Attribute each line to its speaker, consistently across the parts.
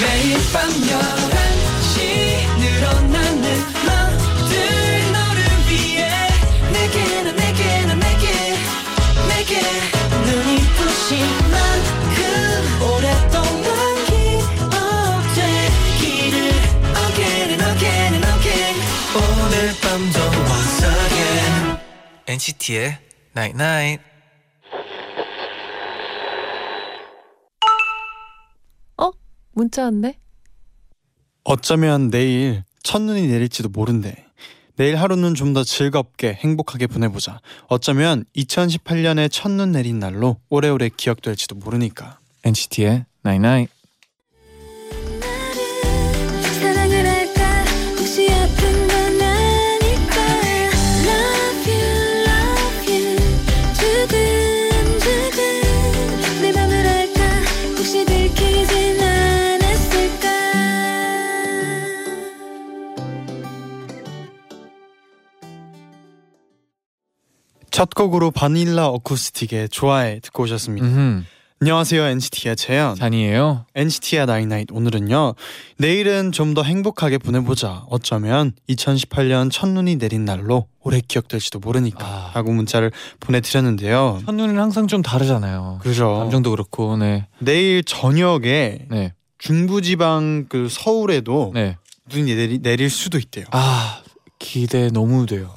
Speaker 1: 매일 밤 11시 늘어나는 맘들 너를 위해 내게 난 내게 난 내게 내게 눈이 부신 만큼 오랫동안 기억되기를 Again and again and again 오늘 밤도 once again
Speaker 2: NCT의 Night Night.
Speaker 3: 어? 문자 왔네?
Speaker 4: 어쩌면 내일 첫눈이 내릴지도 모른대. 내일 하루는 좀 더 즐겁게 행복하게 보내보자. 어쩌면 2018년에 첫눈 내린 날로 오래오래 기억될지도 모르니까.
Speaker 2: NCT의 Night Night.
Speaker 5: 사랑을 할까 혹시 아픈 건 아닐까 Love you love you 두근두근 내 맘을 할까 혹시 들키진 않았을까
Speaker 4: 첫 곡으로 바닐라 어쿠스틱의 좋아해 듣고 오셨습니다.
Speaker 2: 음,
Speaker 4: 안녕하세요 NCT의 재현.
Speaker 2: 잔이에요.
Speaker 4: NCT의 나잇나잇 오늘은요. 내일은 좀 더 행복하게 보내보자. 어쩌면 2018년 첫눈이 내린 날로 오래 기억될지도 모르니까.
Speaker 2: 아.
Speaker 4: 하고 문자를 보내드렸는데요.
Speaker 2: 첫눈은 항상 좀 다르잖아요.
Speaker 4: 그죠.
Speaker 2: 감정도 그렇고, 네,
Speaker 4: 내일 저녁에
Speaker 2: 네,
Speaker 4: 중부지방 그 서울에도
Speaker 2: 네.
Speaker 4: 눈이 내리, 내릴 수도 있대요.
Speaker 2: 아 기대 너무 돼요.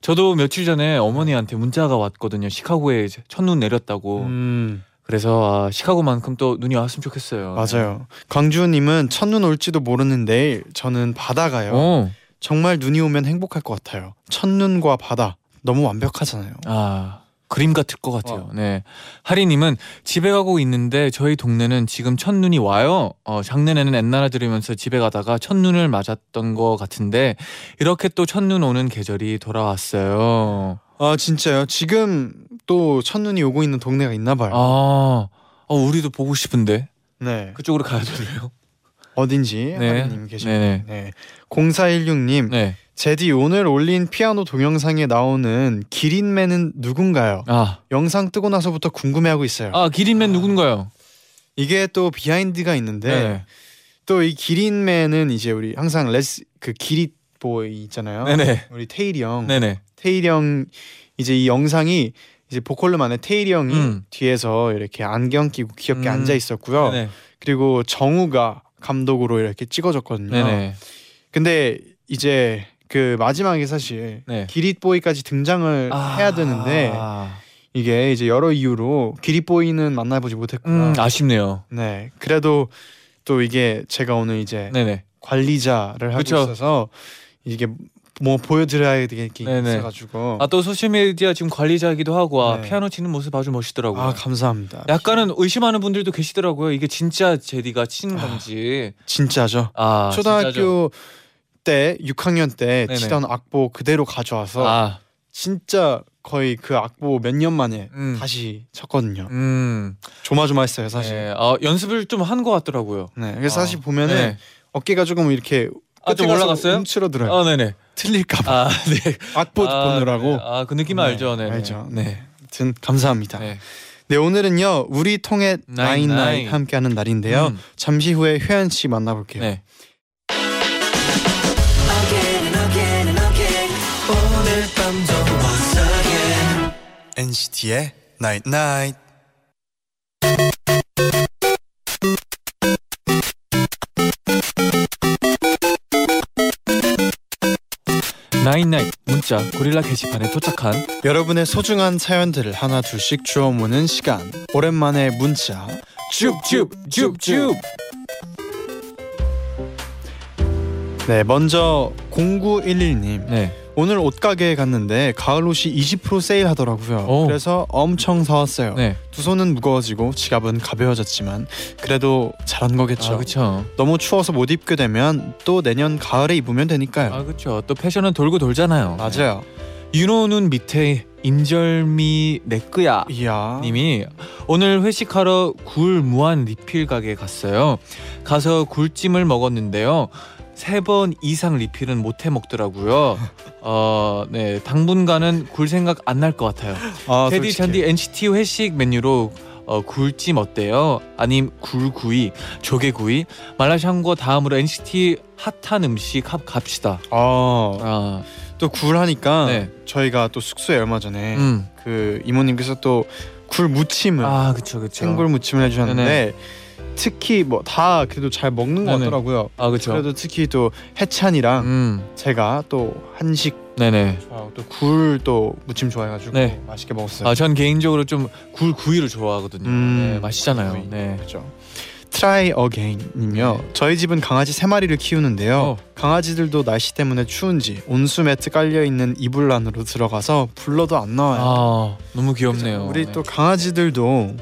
Speaker 2: 저도 며칠 전에 어머니한테 문자가 왔거든요. 시카고에 이제 첫눈 내렸다고.
Speaker 4: 음,
Speaker 2: 그래서 아, 시카고만큼 또 눈이 왔으면 좋겠어요.
Speaker 4: 맞아요. 광주님은 첫눈 올지도 모르는 내일 저는 바다
Speaker 2: 네.
Speaker 4: 가요.
Speaker 2: 어.
Speaker 4: 정말 눈이 오면 행복할 것 같아요. 첫눈과 바다 너무 완벽하잖아요.
Speaker 2: 아 그림 같을 것 같아요.
Speaker 4: 어.
Speaker 2: 네, 하리님은 집에 가고 있는데 저희 동네는 지금 첫눈이 와요. 어, 작년에는 엔나라 들으면서 집에 가다가 첫눈을 맞았던 것 같은데 이렇게 또 첫눈 오는 계절이 돌아왔어요.
Speaker 4: 아 진짜요? 지금 또 첫눈이 오고 있는 동네가 있나 봐요.
Speaker 2: 아, 어, 우리도 보고 싶은데
Speaker 4: 네.
Speaker 2: 그쪽으로 가야 되네요.
Speaker 4: 어딘지
Speaker 2: 네.
Speaker 4: 하나님 계시네.
Speaker 2: 네네.
Speaker 4: 네. 0416님
Speaker 2: 네,
Speaker 4: 제디 오늘 올린 피아노 동영상에 나오는 기린맨은 누군가요?
Speaker 2: 아,
Speaker 4: 영상 뜨고 나서부터 궁금해하고 있어요.
Speaker 2: 아 기린맨 누군가요?
Speaker 4: 이게 또 비하인드가 있는데
Speaker 2: 네.
Speaker 4: 또 이 기린맨은 이제 우리 항상 레스 그 기릿 보이 있잖아요.
Speaker 2: 네, 네,
Speaker 4: 우리 테일이 형,
Speaker 2: 네, 네.
Speaker 4: 테일이 형 이제 이 영상이 이제 보컬룸 안에 테일이 형이
Speaker 2: 음.
Speaker 4: 뒤에서 이렇게 안경 끼고 귀엽게
Speaker 2: 음.
Speaker 4: 앉아 있었고요.
Speaker 2: 네네.
Speaker 4: 그리고 정우가 감독으로 이렇게 찍어줬거든요.
Speaker 2: 네네.
Speaker 4: 근데 이제 그 마지막에 사실
Speaker 2: 네.
Speaker 4: 기릿 보이까지 등장을 어. 해야 되는데
Speaker 2: 아,
Speaker 4: 이게 이제 여러 이유로 기릿 보이는 만나보지 못했고요.
Speaker 2: 음, 아쉽네요.
Speaker 4: 네, 그래도 또 이게 제가 오늘 이제
Speaker 2: 네네.
Speaker 4: 관리자를 하고
Speaker 2: 그쵸.
Speaker 4: 있어서 이게 뭐 보여드려야 되는 게
Speaker 2: 네네.
Speaker 4: 있어가지고
Speaker 2: 아 또 소셜미디어 지금 관리자이기도 하고 아,
Speaker 4: 네.
Speaker 2: 피아노 치는 모습 아주 멋있더라고요.
Speaker 4: 아, 감사합니다.
Speaker 2: 약간은 의심하는 분들도 계시더라고요. 이게 진짜 제디가 치는 건지.
Speaker 4: 진짜죠.
Speaker 2: 아, 진짜죠.
Speaker 4: 아. 초등학교 때 6학년 때
Speaker 2: 네네.
Speaker 4: 치던 악보 그대로 가져와서
Speaker 2: 아,
Speaker 4: 진짜 거의 그 악보 몇 년 만에
Speaker 2: 음.
Speaker 4: 다시 쳤거든요.
Speaker 2: 음.
Speaker 4: 조마조마했어요 사실.
Speaker 2: 네. 아, 연습을 좀 한 것 같더라고요.
Speaker 4: 네, 그래서
Speaker 2: 아,
Speaker 4: 사실 보면은
Speaker 2: 네.
Speaker 4: 어깨가 조금 이렇게
Speaker 2: 아, 좀
Speaker 4: 끝에 가서
Speaker 2: 올라갔어요?
Speaker 4: 움츠러들어요.
Speaker 2: 아, 네네.
Speaker 4: 틀릴까 봐.
Speaker 2: 아, 네.
Speaker 4: 악보
Speaker 2: 아,
Speaker 4: 보느라고.
Speaker 2: 네네. 아, 그 느낌
Speaker 4: 네,
Speaker 2: 알죠. 네.
Speaker 4: 알죠. 네. 아무튼 감사합니다.
Speaker 2: 네.
Speaker 4: 네 오늘은요 우리 통해
Speaker 2: 나인
Speaker 4: 나인나인
Speaker 2: 나인.
Speaker 4: 함께하는 날인데요
Speaker 2: 음.
Speaker 4: 잠시 후에 효연 씨 만나볼게요
Speaker 2: 네.
Speaker 1: Again and again and again 오늘 밤도 once again
Speaker 4: NCT의 나잇 나잇
Speaker 2: 네. 나인나인 문자 고릴라 게시판에 도착한
Speaker 4: 여러분의 소중한 사연들을 하나 둘씩 주워 모는 시간 오랜만에 문자
Speaker 2: 쭉쭉쭉쭉.
Speaker 4: 네 먼저 0911님
Speaker 2: 네.
Speaker 4: 오늘 옷가게에 갔는데 가을 옷이 20% 세일하더라고요
Speaker 2: 오.
Speaker 4: 그래서 엄청 사왔어요
Speaker 2: 네.
Speaker 4: 두 손은 무거워지고 지갑은 가벼워졌지만 그래도 잘한 거겠죠
Speaker 2: 아, 그쵸.
Speaker 4: 너무 추워서 못 입게 되면 또 내년 가을에 입으면 되니까요
Speaker 2: 아, 그쵸. 또 패션은 돌고 돌잖아요.
Speaker 4: 네. 맞아요
Speaker 2: 윤호는 밑에 인절미 내끄야
Speaker 4: 이야
Speaker 2: 님이 오늘 회식하러 굴 무한 리필 가게 갔어요. 가서 굴찜을 먹었는데요. 세 번 이상 리필은 못 해 먹더라고요. 어, 네. 당분간은 굴 생각 안 날 것 같아요.
Speaker 4: 아,
Speaker 2: 테디
Speaker 4: 솔직히.
Speaker 2: 잔디 NCT 회식 메뉴로 어, 굴찜 어때요? 아님 굴구이, 조개구이, 말라샹궈 다음으로 NCT 핫한 음식 합 갑시다.
Speaker 4: 아,
Speaker 2: 아,
Speaker 4: 또 굴 하니까
Speaker 2: 네.
Speaker 4: 저희가 또 숙소에 얼마 전에
Speaker 2: 음,
Speaker 4: 그 이모님께서 또 굴 무침을
Speaker 2: 아 그쵸 그쵸.
Speaker 4: 네. 생굴 무침을 해주셨는데 특히 뭐 다 그래도 잘 먹는 것
Speaker 2: 네네.
Speaker 4: 같더라고요.
Speaker 2: 아 그쵸.
Speaker 4: 그래도 특히 또 해찬이랑
Speaker 2: 음,
Speaker 4: 제가 또 한식
Speaker 2: 네네.
Speaker 4: 좋아하고 또굴 또 무침 좋아해가지고
Speaker 2: 네.
Speaker 4: 맛있게 먹었어요.
Speaker 2: 아 전 개인적으로 좀 굴구이를 좋아하거든요.
Speaker 4: 음.
Speaker 2: 네, 맛있잖아요.
Speaker 4: 구이.
Speaker 2: 네.
Speaker 4: 그렇죠. Try Again님요. 저희 집은 강아지 세 마리를 키우는데요.
Speaker 2: 어.
Speaker 4: 강아지들도 날씨 때문에 추운지 온수 매트 깔려 있는 이불 안으로 들어가서 불러도 안 나와요.
Speaker 2: 아 너무 귀엽네요.
Speaker 4: 우리
Speaker 2: 네.
Speaker 4: 또 강아지들도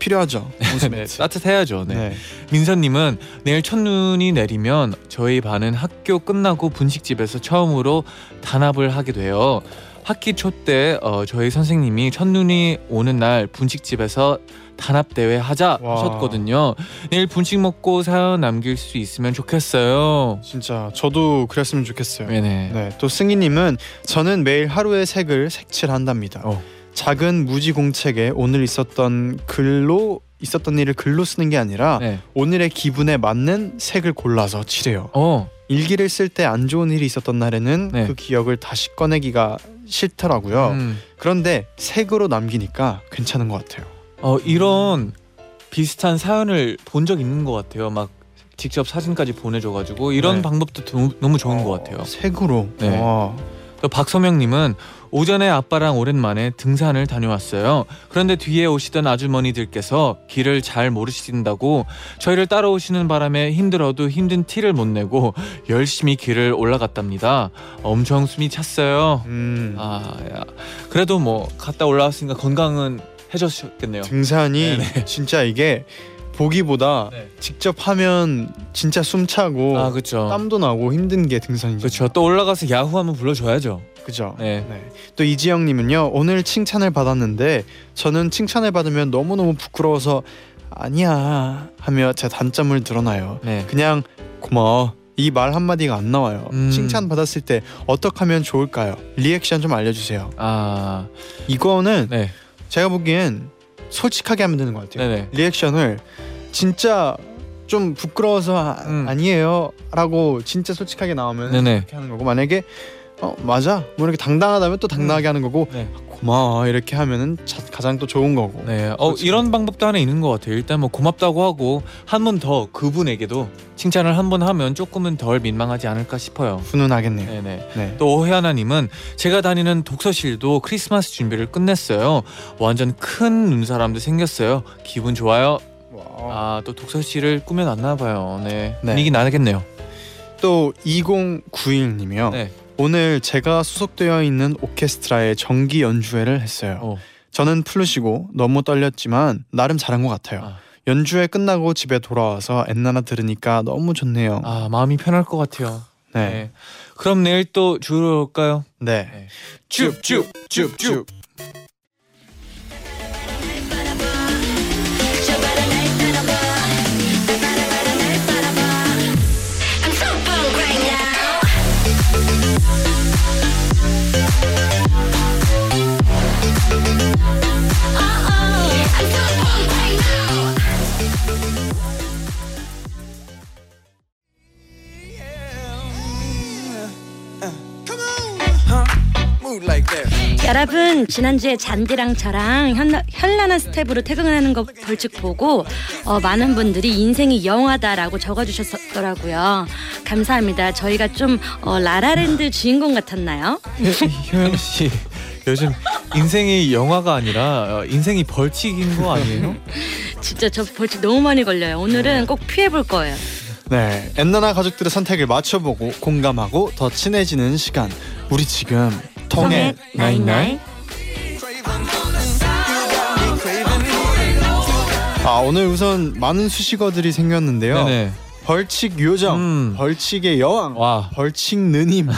Speaker 4: 필요하죠. 온수
Speaker 2: 네,
Speaker 4: 매트.
Speaker 2: 따뜻해야죠. 네.
Speaker 4: 네.
Speaker 2: 민서님은 내일 첫눈이 내리면 저희 반은 학교 끝나고 분식집에서 처음으로 단합을 하게 돼요. 학기 초 때 어, 저희 선생님이 첫눈이 오는 날 분식집에서 단합 대회 하자
Speaker 4: 와.
Speaker 2: 하셨거든요. 내일 분식 먹고 사연 남길 수 있으면 좋겠어요.
Speaker 4: 진짜 저도 그랬으면 좋겠어요.
Speaker 2: 네네.
Speaker 4: 네, 또 승희님은 저는 매일 하루의 색을 색칠한답니다.
Speaker 2: 어.
Speaker 4: 작은 무지 공책에 오늘 있었던 글로 있었던 일을 글로 쓰는 게 아니라
Speaker 2: 네.
Speaker 4: 오늘의 기분에 맞는 색을 골라서 칠해요.
Speaker 2: 어.
Speaker 4: 일기를 쓸 때 안 좋은 일이 있었던 날에는
Speaker 2: 네.
Speaker 4: 그 기억을 다시 꺼내기가 싫더라고요.
Speaker 2: 음.
Speaker 4: 그런데 색으로 남기니까 괜찮은 것 같아요.
Speaker 2: 어 이런 비슷한 사연을 본 적 있는 것 같아요. 막 직접 사진까지 보내줘가지고 이런
Speaker 4: 네. 어.
Speaker 2: 방법도 도- 너무 좋은 것 같아요.
Speaker 4: 색으로.
Speaker 2: 네.
Speaker 4: 와.
Speaker 2: 또 박서명님은 오전에 아빠랑 오랜만에 등산을 다녀왔어요. 그런데 뒤에 오시던 아주머니들께서 길을 잘 모르신다고 저희를 따라오시는 바람에 힘들어도 힘든 티를 못 내고 열심히 길을 올라갔답니다. 엄청 숨이 찼어요.
Speaker 4: 음.
Speaker 2: 아, 야. 그래도 뭐 갔다 올라왔으니까 건강은 해줬겠네요.
Speaker 4: 등산이
Speaker 2: 어. 네네.
Speaker 4: 진짜 이게 보기보다
Speaker 2: 네.
Speaker 4: 직접 하면 진짜 숨차고
Speaker 2: 아, 그렇죠.
Speaker 4: 땀도 나고 힘든 게 등산이죠.
Speaker 2: 그렇죠. 또 올라가서 야후 한번 불러줘야죠.
Speaker 4: 그죠.
Speaker 2: 네.
Speaker 4: 네. 또 이지영님은요 오늘 칭찬을 받았는데 저는 칭찬을 받으면 너무 너무 부끄러워서 아니야 하며 제 단점을 드러나요.
Speaker 2: 네.
Speaker 4: 그냥 고마워 이 말 한마디가 안 나와요.
Speaker 2: 음.
Speaker 4: 칭찬 받았을 때 어떻게 하면 좋을까요? 리액션 좀 알려주세요.
Speaker 2: 아,
Speaker 4: 이거는
Speaker 2: 네.
Speaker 4: 제가 보기엔 솔직하게 하면 되는 것 같아요.
Speaker 2: 네네.
Speaker 4: 리액션을 진짜 좀 부끄러워서 아,
Speaker 2: 음.
Speaker 4: 아니에요라고 진짜 솔직하게 나오면
Speaker 2: 네네.
Speaker 4: 이렇게 하는 거고 만약에 어 맞아 뭐 이렇게 당당하다면 또 당당하게 하는 거고 아,
Speaker 2: 네.
Speaker 4: 고마워 이렇게 하면은 자- 가장 또 좋은 거고
Speaker 2: 네, 어
Speaker 4: 그렇죠.
Speaker 2: 이런 방법도 하나 있는 것 같아요. 일단 뭐 고맙다고 하고 한 번 더 그분에게도 칭찬을 한 번 하면 조금은 덜 민망하지 않을까 싶어요.
Speaker 4: 훈훈하겠네요. 네.
Speaker 2: 네네. 또 오혜아나님은 제가 다니는 독서실도 크리스마스 준비를 끝냈어요. 완전 큰 눈사람도 생겼어요. 기분 좋아요.
Speaker 4: 와.
Speaker 2: 아 또 독서실을 꾸며놨나 봐요. 네.
Speaker 4: 어. 네.
Speaker 2: 분위기 나겠네요.
Speaker 4: 또 2091님이요.
Speaker 2: 네.
Speaker 4: 오늘 제가 소속되어 있는 오케스트라의 정기 연주회를 했어요.
Speaker 2: 어.
Speaker 4: 저는 플루시고 너무 떨렸지만 나름 잘한 것 같아요.
Speaker 2: 아.
Speaker 4: 연주회 끝나고 집에 돌아와서 엔나나 들으니까 너무 좋네요.
Speaker 2: 아 마음이 편할 것 같아요. 네.
Speaker 4: 네.
Speaker 2: 그럼 내일 또 주로 올까요?
Speaker 4: 네.
Speaker 2: 네.
Speaker 4: 쭉쭉쭉쭉.
Speaker 5: I'm so bold right now. Oh, oh, I'm so bold right now.
Speaker 6: 여러분 지난주에 잔디랑 저랑 현라, 현란한 스텝으로 퇴근하는 거 벌칙 보고 어, 많은 분들이 인생이 영화다라고 적어주셨더라고요 감사합니다 저희가 좀 어, 라라랜드 주인공 같았나요?
Speaker 2: 네. 효연 씨 요즘 인생이 영화가 아니라 어, 인생이 벌칙인 거 아니에요?
Speaker 6: 진짜 저 벌칙 너무 많이 걸려요 오늘은 꼭 피해볼 거예요
Speaker 4: 네. 엔나나 가족들의 선택을 맞춰보고 공감하고 더 친해지는 시간. 우리 지금 통해.
Speaker 2: 나잇나잇.
Speaker 4: 아 오늘 우선 많은 수식어들이 생겼는데요.
Speaker 2: 네네.
Speaker 4: 벌칙 요정,
Speaker 2: 음.
Speaker 4: 벌칙의 여왕,
Speaker 2: 와.
Speaker 4: 벌칙 느님,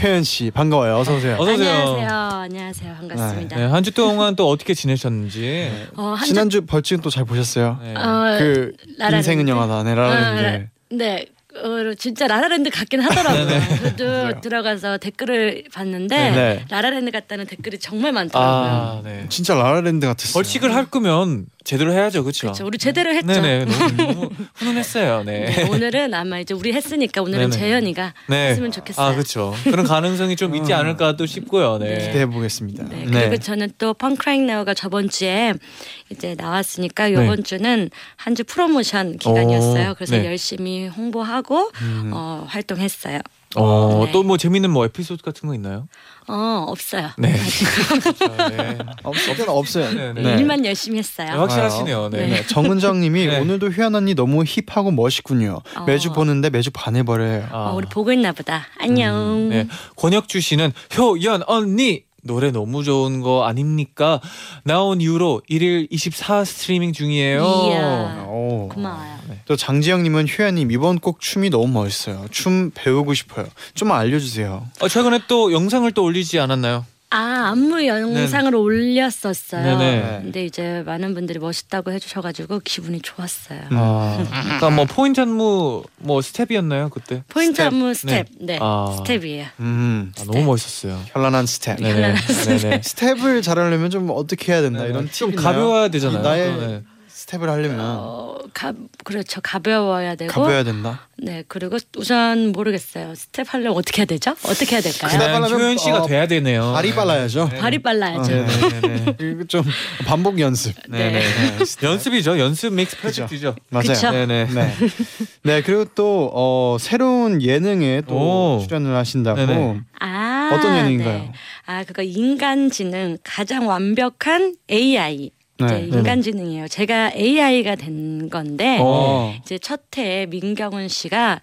Speaker 4: 회연 씨 반가워요. 어서 오세요.
Speaker 2: 어서 오세요.
Speaker 6: 안녕하세요 안녕하세요 반갑습니다
Speaker 2: 네, 한 주 동안 또 어떻게 지내셨는지.
Speaker 6: 어, 한
Speaker 4: 지난주 벌칙은 또 잘 보셨어요?
Speaker 2: 네.
Speaker 6: 어,
Speaker 4: 그
Speaker 6: 라라랜드.
Speaker 2: 아,
Speaker 4: 인생은 영화다. 네,
Speaker 6: 어,
Speaker 4: 라라랜드.
Speaker 6: 라- 네 어, 진짜 라라랜드 같긴 하더라고요. 저도
Speaker 2: 맞아요.
Speaker 6: 들어가서 댓글을 봤는데
Speaker 2: 네.
Speaker 6: 라라랜드 같다는 댓글이 정말 많더라고요.
Speaker 2: 아, 네.
Speaker 4: 진짜 라라랜드 같았어요.
Speaker 2: 벌칙을 할 거면 제대로 해야죠, 그렇죠?
Speaker 6: 그렇죠. 우리 제대로 했죠.
Speaker 2: 네네, 너무, 너무 훈훈했어요. 네.
Speaker 6: 네, 오늘은 아마 이제 우리 했으니까
Speaker 2: 네네.
Speaker 6: 오늘은 재현이가
Speaker 2: 네.
Speaker 6: 했으면 좋겠어요.
Speaker 2: 아, 그렇죠. 그런 가능성이 좀 있지 않을까 또 싶고요. 음. 네.
Speaker 4: 기대해 보겠습니다.
Speaker 6: 네,
Speaker 2: 네.
Speaker 6: 그리고 저는 또 펑크라잉 나우가 저번 주에 이제 나왔으니까 요번 주는 한 주 프로모션 기간이었어요.
Speaker 2: 네. 오,
Speaker 6: 그래서
Speaker 2: 네. 음.
Speaker 6: 열심히 홍보하고 어, 활동했어요.
Speaker 2: 어,
Speaker 6: 네.
Speaker 2: 또 뭐 재밌는 뭐 에피소드 같은 거 있나요?
Speaker 6: 어, 없어요.
Speaker 2: 네.
Speaker 6: 아,
Speaker 2: 네.
Speaker 4: 없을 때는 없어요.
Speaker 2: 네, 네.
Speaker 4: 네.
Speaker 6: 일만 열심히 했어요.
Speaker 2: 확실하시네요. 네.
Speaker 4: 네, 정은정님이
Speaker 2: 네.
Speaker 4: 오늘도 휘연 언니 너무 힙하고 멋있군요.
Speaker 6: 어.
Speaker 4: 매주 보는데 매주 반해버려요.
Speaker 2: 아,
Speaker 6: 어, 우리 음. 보고 있나 보다. 안녕.
Speaker 2: 네. 권혁주 씨는 효연 언니 노래 너무 좋은 거 아닙니까? 나온 이후로 1일 24 스트리밍 중이에요.
Speaker 6: 이야.
Speaker 4: 오.
Speaker 6: 고마워요.
Speaker 4: 어. 또 장지영님은 휘연님 이번 곡 춤이 너무 멋있어요. 춤 배우고 싶어요. 좀 알려주세요.
Speaker 2: 어, 최근에 또 영상을 또 올리지 않았나요?
Speaker 6: 아 안무 영상을 올렸었어요.
Speaker 2: 네네.
Speaker 6: 근데 이제 많은 분들이 멋있다고 해주셔가지고 기분이 좋았어요.
Speaker 4: 음.
Speaker 2: 아, 그러니까 뭐 포인트 안무 뭐 스텝이었나요 그때?
Speaker 6: 포인트
Speaker 4: 스텝.
Speaker 6: 안무 스텝, 네,
Speaker 2: 아.
Speaker 6: 스텝이에요.
Speaker 4: 음,
Speaker 2: 아, 너무 멋있었어요.
Speaker 4: 현란한 스텝.
Speaker 2: 네네. 네네.
Speaker 4: 스텝을 잘하려면 좀 어떻게 해야 된다 네, 이런
Speaker 2: 네, 좀
Speaker 4: 팁이 있나요?
Speaker 2: 가벼워야 되잖아요.
Speaker 4: 나의
Speaker 2: 또, 네.
Speaker 4: 스텝을 하려면
Speaker 6: 어, 가, 그렇죠. 가벼워야 되고,
Speaker 4: 가벼워야 된다.
Speaker 6: 네, 그리고 우선 모르겠어요. 스텝 하려면 어떻게 해야 되죠? 어떻게 해야 될까요?
Speaker 4: 그냥
Speaker 2: 그냥 효연 씨가
Speaker 4: 어,
Speaker 2: 돼야 되네요.
Speaker 4: 발이 빨라야죠.
Speaker 6: 발이 빨라야죠.
Speaker 4: 어, 네.
Speaker 2: 네네네.
Speaker 4: 이거 좀 반복 연습.
Speaker 6: 네.
Speaker 2: 연습이죠. 연습 믹스 프로젝트죠.
Speaker 4: 맞아요.
Speaker 6: 그쵸.
Speaker 2: 네네.
Speaker 4: 네. 네 그리고 또 어, 새로운 예능에 또
Speaker 2: 오.
Speaker 4: 출연을 하신다고.
Speaker 2: 네네.
Speaker 6: 아,
Speaker 4: 어떤 예능인가요?
Speaker 6: 네. 아, 그거 인간지능 가장 완벽한 AI. 이제
Speaker 4: 네. 네네.
Speaker 6: 인간지능이에요. 제가 AI가 된 건데
Speaker 2: 어.
Speaker 6: 이제 첫 해에 민경훈 씨가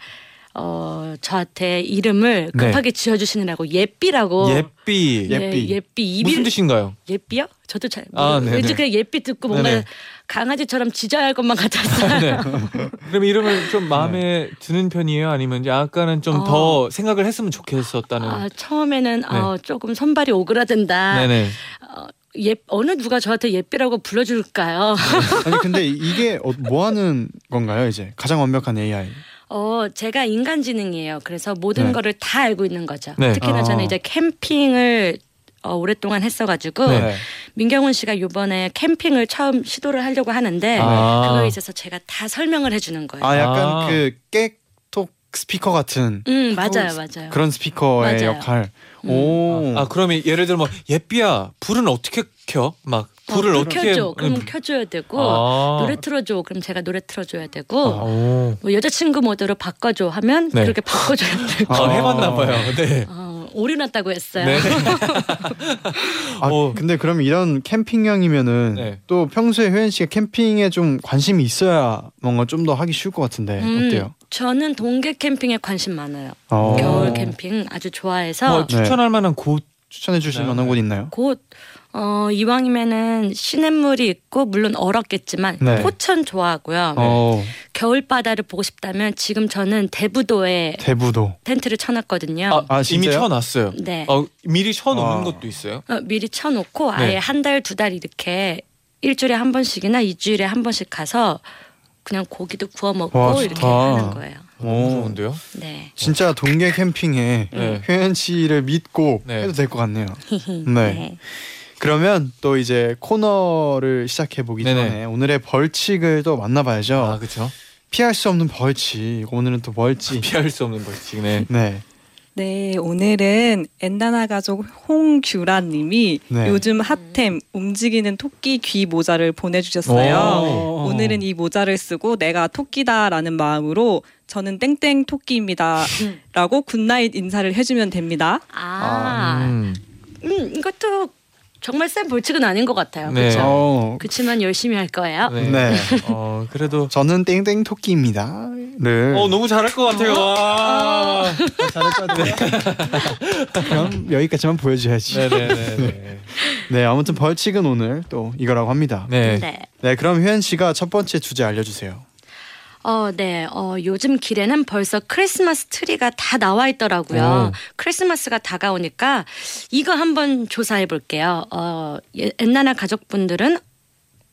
Speaker 6: 어 저한테 이름을
Speaker 2: 네.
Speaker 6: 급하게 지어주시느라고 뭐 예삐라고
Speaker 2: 예삐.
Speaker 4: 예-
Speaker 6: 네,
Speaker 4: 예삐.
Speaker 6: 예삐 입이
Speaker 2: 무슨 뜻인가요?
Speaker 6: 예삐요? 저도 잘
Speaker 2: 아,
Speaker 6: 모르겠어요.
Speaker 2: 네네.
Speaker 6: 그냥 예삐 듣고 뭔가
Speaker 2: 네네.
Speaker 6: 강아지처럼 짖어야 할 것만 같았어요.
Speaker 2: 네. 그럼 이름을 좀
Speaker 6: 네.
Speaker 2: 마음에 드는 편이에요? 아니면 이제 약간은 좀 더 생각을 했으면 좋겠었다는.
Speaker 6: 어. 아, 처음에는 어, 조금 선발이 오그라든다.
Speaker 2: 네네.
Speaker 6: 어, 예, 어느 누가 저한테 예삐라고 불러줄까요?
Speaker 4: 아니 근데 이게 어, 뭐 하는 건가요 이제 가장 완벽한 AI.
Speaker 6: 어, 제가 인간지능이에요. 그래서 모든
Speaker 4: 네.
Speaker 6: 거를 다 알고 있는 거죠.
Speaker 2: 네.
Speaker 6: 특히나
Speaker 4: 아.
Speaker 6: 저는 이제 캠핑을 어, 오랫동안 했어가지고
Speaker 2: 네.
Speaker 6: 민경훈 씨가 요번에 캠핑을 처음 시도를 하려고 하는데
Speaker 2: 아.
Speaker 6: 그거에 있어서 제가 다 설명을 해주는 거예요.
Speaker 4: 아 약간
Speaker 2: 아.
Speaker 4: 그 깨톡 스피커 같은
Speaker 6: 음 맞아요, 맞아요.
Speaker 4: 그런 스피커의
Speaker 6: 맞아요. 음.
Speaker 4: 역할. 오.
Speaker 2: 아 그러면 예를 들어 뭐 예삐야 불은 어떻게 켜? 막 불을
Speaker 6: 어,
Speaker 2: 어,
Speaker 6: 불
Speaker 2: 떻게
Speaker 6: 켜줘. 그럼 켜줘야 되고
Speaker 2: 아.
Speaker 6: 노래 틀어줘. 그럼 제가 노래 틀어줘야 되고
Speaker 2: 오.
Speaker 6: 뭐 여자친구 모드로 바꿔줘 하면
Speaker 2: 네.
Speaker 6: 그렇게 바꿔줘야 되고
Speaker 2: 아, 해봤나 봐요. 네.
Speaker 6: 어, 오류 났다고 했어요.
Speaker 2: 네.
Speaker 4: 아,
Speaker 2: 어.
Speaker 4: 근데 그럼 이런 캠핑형이면은
Speaker 2: 네.
Speaker 4: 또 평소에 효연 씨가 캠핑에 좀 관심이 있어야 뭔가 좀 더 하기 쉬울 것 같은데
Speaker 6: 음,
Speaker 4: 어때요?
Speaker 6: 저는 동계 캠핑에 관심 많아요.
Speaker 4: 어.
Speaker 6: 겨울 캠핑 아주 좋아해서
Speaker 2: 뭐 추천할 만한 곳.
Speaker 4: 추천해 주실
Speaker 2: 네.
Speaker 4: 만한 곳 있나요?
Speaker 6: 곧 어, 이왕이면은 시냇물이 있고 물론 얼었겠지만
Speaker 4: 네.
Speaker 6: 포천 좋아하고요.
Speaker 4: 어,
Speaker 6: 겨울 바다를 보고 싶다면 지금 저는 대부도에
Speaker 4: 대부도.
Speaker 6: 텐트를 쳐놨거든요.
Speaker 2: 아,
Speaker 4: 아,
Speaker 2: 이미
Speaker 4: 진짜요?
Speaker 2: 쳐놨어요.
Speaker 6: 네.
Speaker 2: 어, 미리 쳐놓는
Speaker 4: 아.
Speaker 2: 것도 있어요.
Speaker 6: 어, 미리 쳐놓고 아예
Speaker 2: 네.
Speaker 6: 한 달, 두 달 이렇게 일주일에 한 번씩이나 이주일에 한 번씩 가서 그냥 고기도 구워 먹고
Speaker 4: 와,
Speaker 6: 이렇게
Speaker 4: 좋다.
Speaker 6: 하는 거예요.
Speaker 2: 너무
Speaker 4: 오.
Speaker 2: 좋은데요?
Speaker 6: 네.
Speaker 4: 진짜 동계 캠핑에
Speaker 2: 네.
Speaker 4: 효연 씨를 믿고
Speaker 2: 네.
Speaker 4: 해도 될 것 같네요. 네. 그러면 또 이제 코너를 시작해 보기
Speaker 2: 네네.
Speaker 4: 전에 오늘의 벌칙을 또 만나봐야죠.
Speaker 2: 아 그렇죠. 아,
Speaker 4: 피할 수 없는 벌칙. 오늘은 또 뭘지.
Speaker 2: 피할 수 없는 벌칙. 네.
Speaker 4: 네.
Speaker 7: 네, 오늘은 엔나나 가족 홍규라님이
Speaker 4: 네.
Speaker 7: 요즘 핫템 움직이는 토끼 귀 모자를 보내주셨어요.
Speaker 2: 오.
Speaker 7: 오늘은 이 모자를 쓰고 내가 토끼다라는 마음으로 저는 땡땡 토끼입니다라고 굿나잇 인사를 해주면 됩니다.
Speaker 6: 아,
Speaker 2: 음.
Speaker 6: 음, 이것도 정말 센 벌칙은 아닌 것 같아요.
Speaker 2: 네.
Speaker 6: 그렇죠.
Speaker 4: 어,
Speaker 6: 그렇지만 열심히 할 거예요.
Speaker 2: 네.
Speaker 4: 네.
Speaker 2: 어 그래도.
Speaker 4: 저는 땡땡 토끼입니다.
Speaker 6: 네.
Speaker 4: 를
Speaker 2: 어 아. 너무 잘할 것 같아요. 와.
Speaker 4: 잘할 것 같아요. 그럼 여기까지만 보여줘야지. 네.
Speaker 2: 네네네.
Speaker 4: 아무튼 벌칙은 오늘 또 이거라고 합니다. 네.
Speaker 2: 네.
Speaker 6: 네.
Speaker 4: 그럼 효연 씨가 첫 번째 주제 알려주세요.
Speaker 6: 어, 네. 어, 요즘 길에는 벌써 크리스마스 트리가 다 나와
Speaker 2: 네.
Speaker 6: 있더라고요. 크리스마스가 다가오니까 이거 한번 조사해 볼게요. 어, 예- 옛날에 가족분들은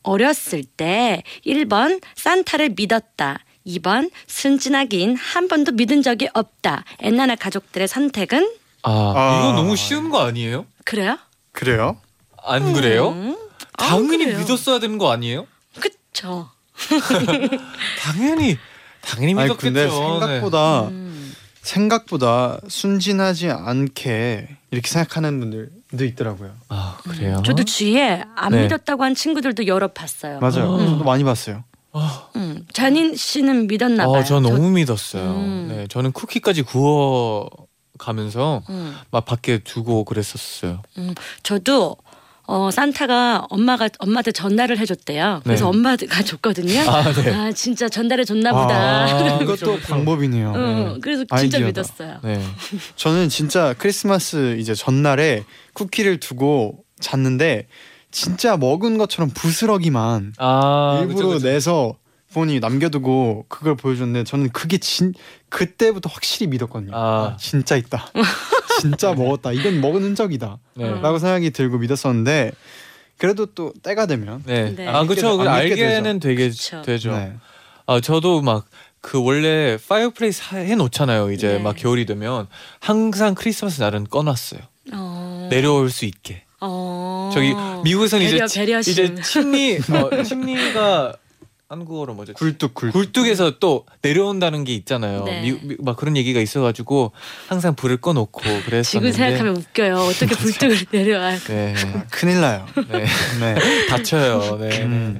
Speaker 6: 어렸을 때 1번 산타를 믿었다. 2번 순진하긴 한 번도 믿은 적이 없다. 엔나나 가족들의 선택은
Speaker 2: 아,
Speaker 4: 아.
Speaker 2: 이거 너무 쉬운 거 아니에요?
Speaker 6: 그래요?
Speaker 4: 그래요?
Speaker 2: 안 그래요?
Speaker 6: 음, 아,
Speaker 2: 당연히
Speaker 6: 그래요.
Speaker 2: 믿었어야 되는 거 아니에요?
Speaker 6: 그쵸.
Speaker 2: 당연히 당연히
Speaker 4: 아니
Speaker 2: 믿었겠죠. 네.
Speaker 4: 근데 생각보다
Speaker 6: 음.
Speaker 4: 생각보다 순진하지 않게 이렇게 생각하는 분들도 있더라고요.
Speaker 2: 아 그래요?
Speaker 6: 음, 저도 주위에 안
Speaker 2: 네.
Speaker 6: 믿었다고 한 친구들도 여러 봤어요.
Speaker 4: 맞아요.
Speaker 2: 음.
Speaker 4: 저도 많이 봤어요.
Speaker 2: 아,
Speaker 6: 음, 잔인 씨는 믿었나 봐요.
Speaker 2: 아, 저 너무 믿었어요.
Speaker 6: 음.
Speaker 2: 네, 저는 쿠키까지 구워 가면서
Speaker 6: 저- 음,
Speaker 2: 막 밖에 두고 그랬었어요.
Speaker 6: 저도 어, 산타가 엄마가 엄마한테 전달을 해줬대요. 그래서
Speaker 2: 네.
Speaker 6: 엄마가 줬거든요. 아,
Speaker 2: 아 네.
Speaker 6: 진짜 전달해 줬나 보다.
Speaker 2: 아, 그렇죠,
Speaker 4: 이것도
Speaker 2: 그렇죠. 음,
Speaker 4: 방법이네요.
Speaker 6: 응, 그래서 진짜
Speaker 4: 아이디어다.
Speaker 6: 믿었어요.
Speaker 2: 네.
Speaker 4: 저는 진짜 크리스마스 이제 전날에 쿠키를 두고 잤는데 진짜 먹은 것처럼 부스러기만
Speaker 2: 아
Speaker 4: 일부러
Speaker 2: 그쵸, 그쵸.
Speaker 4: 내서 본이 남겨두고 그걸 보여줬는데 저는 그게 진 그때부터 확실히 믿었거든요.
Speaker 2: 아.
Speaker 4: 아, 진짜 있다. 진짜 먹었다. 이건 먹은 흔적이다.
Speaker 2: 네.
Speaker 6: 음.
Speaker 4: 라고 생각이 들고 믿었었는데 그래도 또 때가 되면
Speaker 2: 네.
Speaker 6: 네.
Speaker 2: 아 그렇죠.
Speaker 4: 안 믿게 되죠.
Speaker 2: 알게는 되게
Speaker 6: 그쵸.
Speaker 2: 되죠.
Speaker 4: 네.
Speaker 2: 아 저도 막 그 원래 파이어플레이스 하- 해놓잖아요. 이제
Speaker 6: 네.
Speaker 2: 막 겨울이 되면 항상 크리스마스 날은 꺼놨어요.
Speaker 6: 어.
Speaker 2: 내려올 수 있게.
Speaker 6: 어.
Speaker 2: 저기 미국에선
Speaker 6: 배려,
Speaker 2: 이제 치-
Speaker 6: 배려심.
Speaker 2: 이제 침리 어, 침리가 한국어로 뭐죠?
Speaker 4: 굴뚝 굴뚝.
Speaker 2: 굴뚝에서 또 내려온다는 게 있잖아요.
Speaker 6: 네.
Speaker 2: 미, 미- 막 그런 얘기가 있어가지고 항상 불을 꺼놓고 그랬었는데.
Speaker 6: 지금 생각하면 웃겨요. 어떻게 불뚝을 내려와.
Speaker 2: 네,
Speaker 4: 아, 큰일 나요.
Speaker 2: 네.
Speaker 4: 네.
Speaker 2: 다쳐요. 네.
Speaker 4: 음.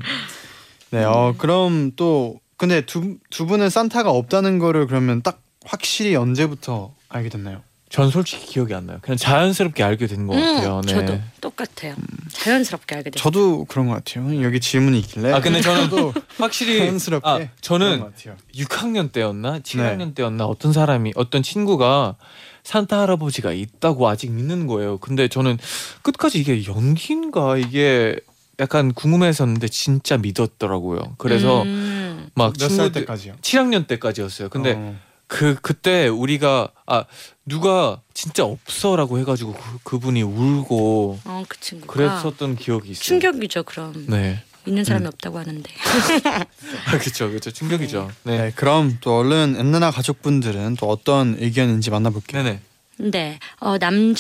Speaker 4: 네. 어 그럼 또 근데 두 두 분은 산타가 없다는 거를 그러면 딱 확실히 언제부터 알게 됐나요?
Speaker 2: 전 솔직히 기억이 안 나요. 그냥 자연스럽게 알게 된 것 같아요. 네.
Speaker 6: 음,
Speaker 2: 음.
Speaker 6: 저도 똑같아요. 자연스럽게 알게 됐어요.
Speaker 4: 저도 그런 것 같아요. 여기 질문이 있길래.
Speaker 2: 아 근데 저는
Speaker 4: 저도
Speaker 2: 확실히
Speaker 4: 자연스럽게.
Speaker 2: 아,
Speaker 4: 그런
Speaker 2: 저는
Speaker 4: 것 같아요.
Speaker 2: 6학년 때였나
Speaker 4: 네.
Speaker 2: 7학년 때였나 어떤 사람이 어떤 친구가 산타 할아버지가 있다고 아직 믿는 거예요. 근데 저는 끝까지 이게 연기인가 이게 약간 궁금해했었는데 진짜 믿었더라고요. 그래서
Speaker 6: 음.
Speaker 2: 막
Speaker 4: 몇살
Speaker 2: 친구들
Speaker 4: 때까지요?
Speaker 2: 7학년 때까지였어요. 근데
Speaker 4: 어.
Speaker 2: 그 그때 우리가 아 누가 진짜 없어라고 해가지고 그, 그분이 울고
Speaker 6: 어, 그
Speaker 4: 아.
Speaker 6: 친구가
Speaker 2: 그랬었던 기억이 있어요.
Speaker 6: 충격이죠. 그럼
Speaker 2: 네.
Speaker 6: 있는 사람이 없다고 하는데.
Speaker 2: 아, 그렇죠, 그렇죠. 충격이죠. 네.
Speaker 4: 네, 그럼 또 얼른 엔나나 가족분들은 또 어떤 의견인지 만나볼게요.
Speaker 2: 네네.
Speaker 6: 네, 어,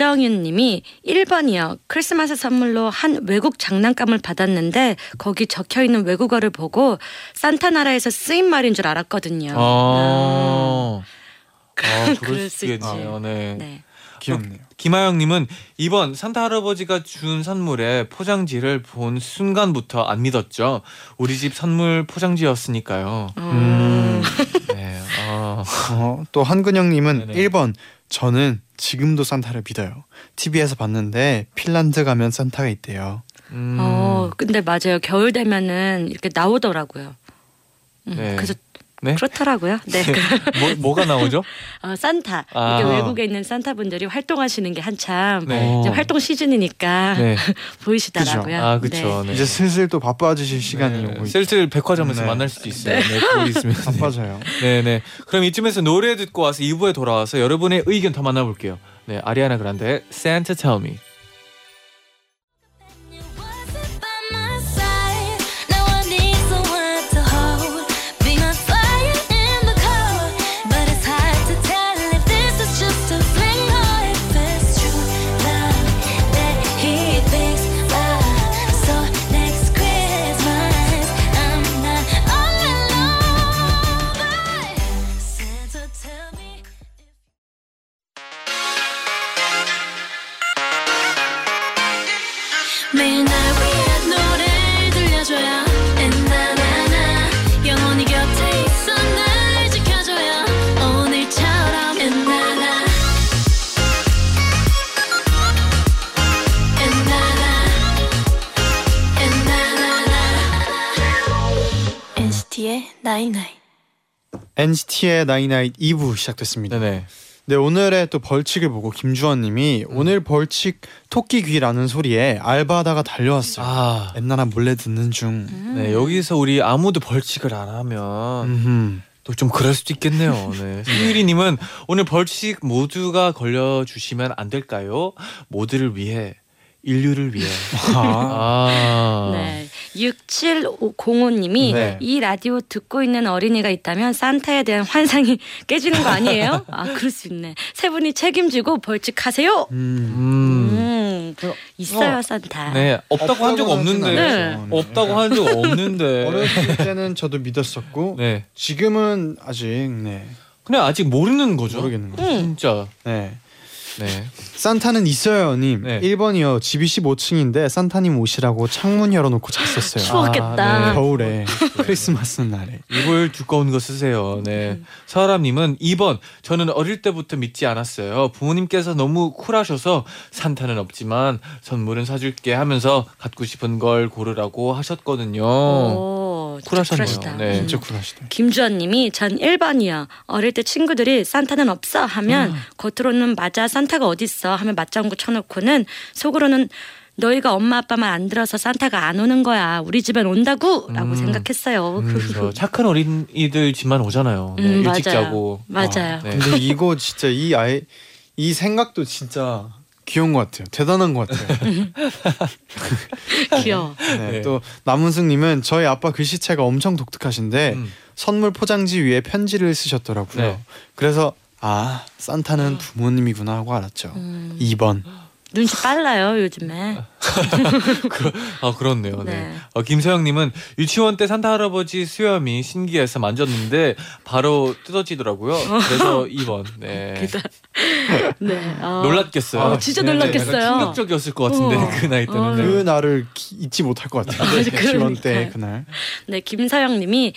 Speaker 6: 남정윤님이 1번이요. 크리스마스 선물로 한 외국 장난감을 받았는데 거기 적혀 있는 외국어를 보고 산타 나라에서 쓰인 말인 줄 알았거든요.
Speaker 2: 아, 아
Speaker 6: 그럴
Speaker 2: 그럴
Speaker 6: 수
Speaker 2: 수
Speaker 6: 있지.
Speaker 2: 있겠네요. 네. 어,
Speaker 6: 음. 네.
Speaker 4: 귀엽네요.
Speaker 2: 김하영님은 이번 산타 할아버지가 준 선물에 포장지를 본 순간부터 안 믿었죠. 우리 집 선물 포장지였으니까요.
Speaker 6: 어,
Speaker 2: 네. 아,
Speaker 4: 어, 또 한근영님은
Speaker 2: 네네.
Speaker 4: 1번 저는 지금도 산타를 믿어요. TV에서 봤는데 핀란드 가면 산타가 있대요.
Speaker 2: 음.
Speaker 6: 어, 근데 맞아요. 겨울 되면은 이렇게 나오더라고요. 음,
Speaker 2: 네.
Speaker 6: 그래서
Speaker 2: 네?
Speaker 6: 그렇더라고요. 네, 그,
Speaker 2: 뭐, 뭐가 나오죠?
Speaker 6: 어, 산타
Speaker 2: 아.
Speaker 6: 이게 외국에 있는 산타 분들이 활동하시는 게 한참
Speaker 2: 네.
Speaker 6: 이제
Speaker 4: 어.
Speaker 6: 활동 시즌이니까
Speaker 2: 네.
Speaker 6: 보이시더라고요.
Speaker 2: 아,
Speaker 6: 네.
Speaker 2: 그렇죠. 네.
Speaker 4: 이제 슬슬 또 바빠지실 시간이 오고
Speaker 2: 네.
Speaker 4: 있-
Speaker 2: 슬슬 백화점에서
Speaker 4: 네.
Speaker 2: 만날 수도 있어요. 네. 거기 있으면.
Speaker 4: 바빠져요.
Speaker 2: 네네. 그럼 이쯤에서 노래 듣고 와서 2부에 돌아와서 여러분의 의견 더 만나볼게요. 네, 아리아나 그란데 Santa Tell Me.
Speaker 5: You wasn't by my side. Now I need someone to hold. Be my fire in the cold, but it's hard to tell if this is just a fling or if it's true love that he thinks about. So next Christmas I'm not all alone. but Santa, tell me. 매일 날 위한 노래를 들려줘요 엔나나나 영원히 곁에 있어 날 지켜줘요 오늘처럼 엔나나 엔나나 엔나나나 NCT의 나이나이
Speaker 4: NCT의 나이나잇 2부 시작됐습니다. 네
Speaker 2: 네네.
Speaker 4: 오늘의 또 벌칙을 보고 김주환님이
Speaker 2: 음.
Speaker 4: 오늘 벌칙 토끼 귀라는 소리에 알바하다가 달려왔어요.
Speaker 2: 아,
Speaker 4: 엔나나 몰래 듣는 중.
Speaker 2: 네 여기서 우리 아무도 벌칙을 안 하면
Speaker 4: 음흠.
Speaker 2: 또 좀 그럴 수도 있겠네요. 네. 수유리님은 오늘 벌칙 모두가 걸려 주시면 안 될까요? 모두를 위해 인류를 위해.
Speaker 4: 아.
Speaker 2: 아,
Speaker 6: 네. 6705님이
Speaker 2: 네.
Speaker 6: 이 라디오 듣고 있는 어린이가 있다면 산타에 대한 환상이 깨지는 거 아니에요? 아 그럴 수 있네. 세 분이 책임지고 벌칙하세요.
Speaker 2: 음.
Speaker 6: 음, 있어요 산타.
Speaker 2: 네 없다고 한 적
Speaker 4: 없다고
Speaker 2: 없는데
Speaker 4: 하진
Speaker 6: 네.
Speaker 4: 않죠.
Speaker 2: 없다고 한 적 없는데
Speaker 4: 어렸을 때는 저도 믿었었고
Speaker 2: 네
Speaker 4: 지금은 아직 네
Speaker 2: 그냥 아직 모르는 거죠
Speaker 4: 모르겠는 거죠.
Speaker 2: 진짜
Speaker 4: 네.
Speaker 2: 네
Speaker 4: 산타는 있어요 님
Speaker 2: 네.
Speaker 4: 1번이요 집 25층인데 산타님 오시라고 창문 열어놓고 잤었어요
Speaker 6: 추웠겠다.
Speaker 2: 아, 네.
Speaker 4: 겨울에 크리스마스 날에
Speaker 2: 이불 두꺼운 거 쓰세요. 네. 서아람님은 2번. 저는 어릴 때부터 믿지 않았어요. 부모님께서 너무 쿨하셔서 산타는 없지만 선물은 사줄게 하면서 갖고 싶은 걸 고르라고 하셨거든요.
Speaker 6: 어. 오, 진짜
Speaker 2: 어. 쿨하셨네요.
Speaker 6: 쿨하시다.
Speaker 2: 네.
Speaker 6: 음.
Speaker 4: 진짜 쿨하시다
Speaker 6: 김주원님이 전 1번이요. 어릴 때 친구들이 산타는 없어 하면
Speaker 2: 음.
Speaker 6: 겉으로는 맞아 산타가 어딨어 하면 맞장구 쳐놓고는 속으로는 너희가 엄마 아빠만 안 들어서 산타가 안 오는 거야. 우리 집엔 온다고라고
Speaker 2: 음.
Speaker 6: 생각했어요.
Speaker 2: 음, 저 착한 어린이들지만 오잖아요. 네,
Speaker 6: 음,
Speaker 2: 일찍
Speaker 6: 맞아요.
Speaker 2: 자고.
Speaker 6: 맞아요.
Speaker 2: 아, 네.
Speaker 4: 근데 이거 진짜 이 아이 이 생각도 진짜 귀여운 것 같아요 대단한 것 같아요
Speaker 6: 귀여워.
Speaker 4: 네,
Speaker 2: 네.
Speaker 4: 또 남은승님은 저희 아빠 글씨체가 엄청 독특하신데
Speaker 2: 음.
Speaker 4: 선물 포장지 위에 편지를 쓰셨더라고요
Speaker 2: 네.
Speaker 4: 그래서 아 산타는 부모님이구나 하고 알았죠
Speaker 6: 음,
Speaker 4: 2번
Speaker 6: 눈치 빨라요 요즘에.
Speaker 2: 아 그렇네요. 네.
Speaker 6: 네.
Speaker 2: 어, 김서영님은 유치원 때 산타 할아버지 수염이 신기해서 만졌는데 바로 뜯어지더라고요. 그래서 2번. 네.
Speaker 6: 네. 어.
Speaker 2: 놀랐겠어요.
Speaker 4: 아,
Speaker 6: 진짜
Speaker 2: 그냥
Speaker 6: 놀랐겠어요.
Speaker 2: 약간 충격적이었을 것 같은데
Speaker 6: 어.
Speaker 2: 그 나이 때는.
Speaker 6: 어.
Speaker 2: 네.
Speaker 4: 그 날을 기- 잊지 못할 것 같아요
Speaker 6: 맞아,
Speaker 4: 유치원 때
Speaker 6: 그러니까요.
Speaker 4: 그날
Speaker 6: 네. 김서영님이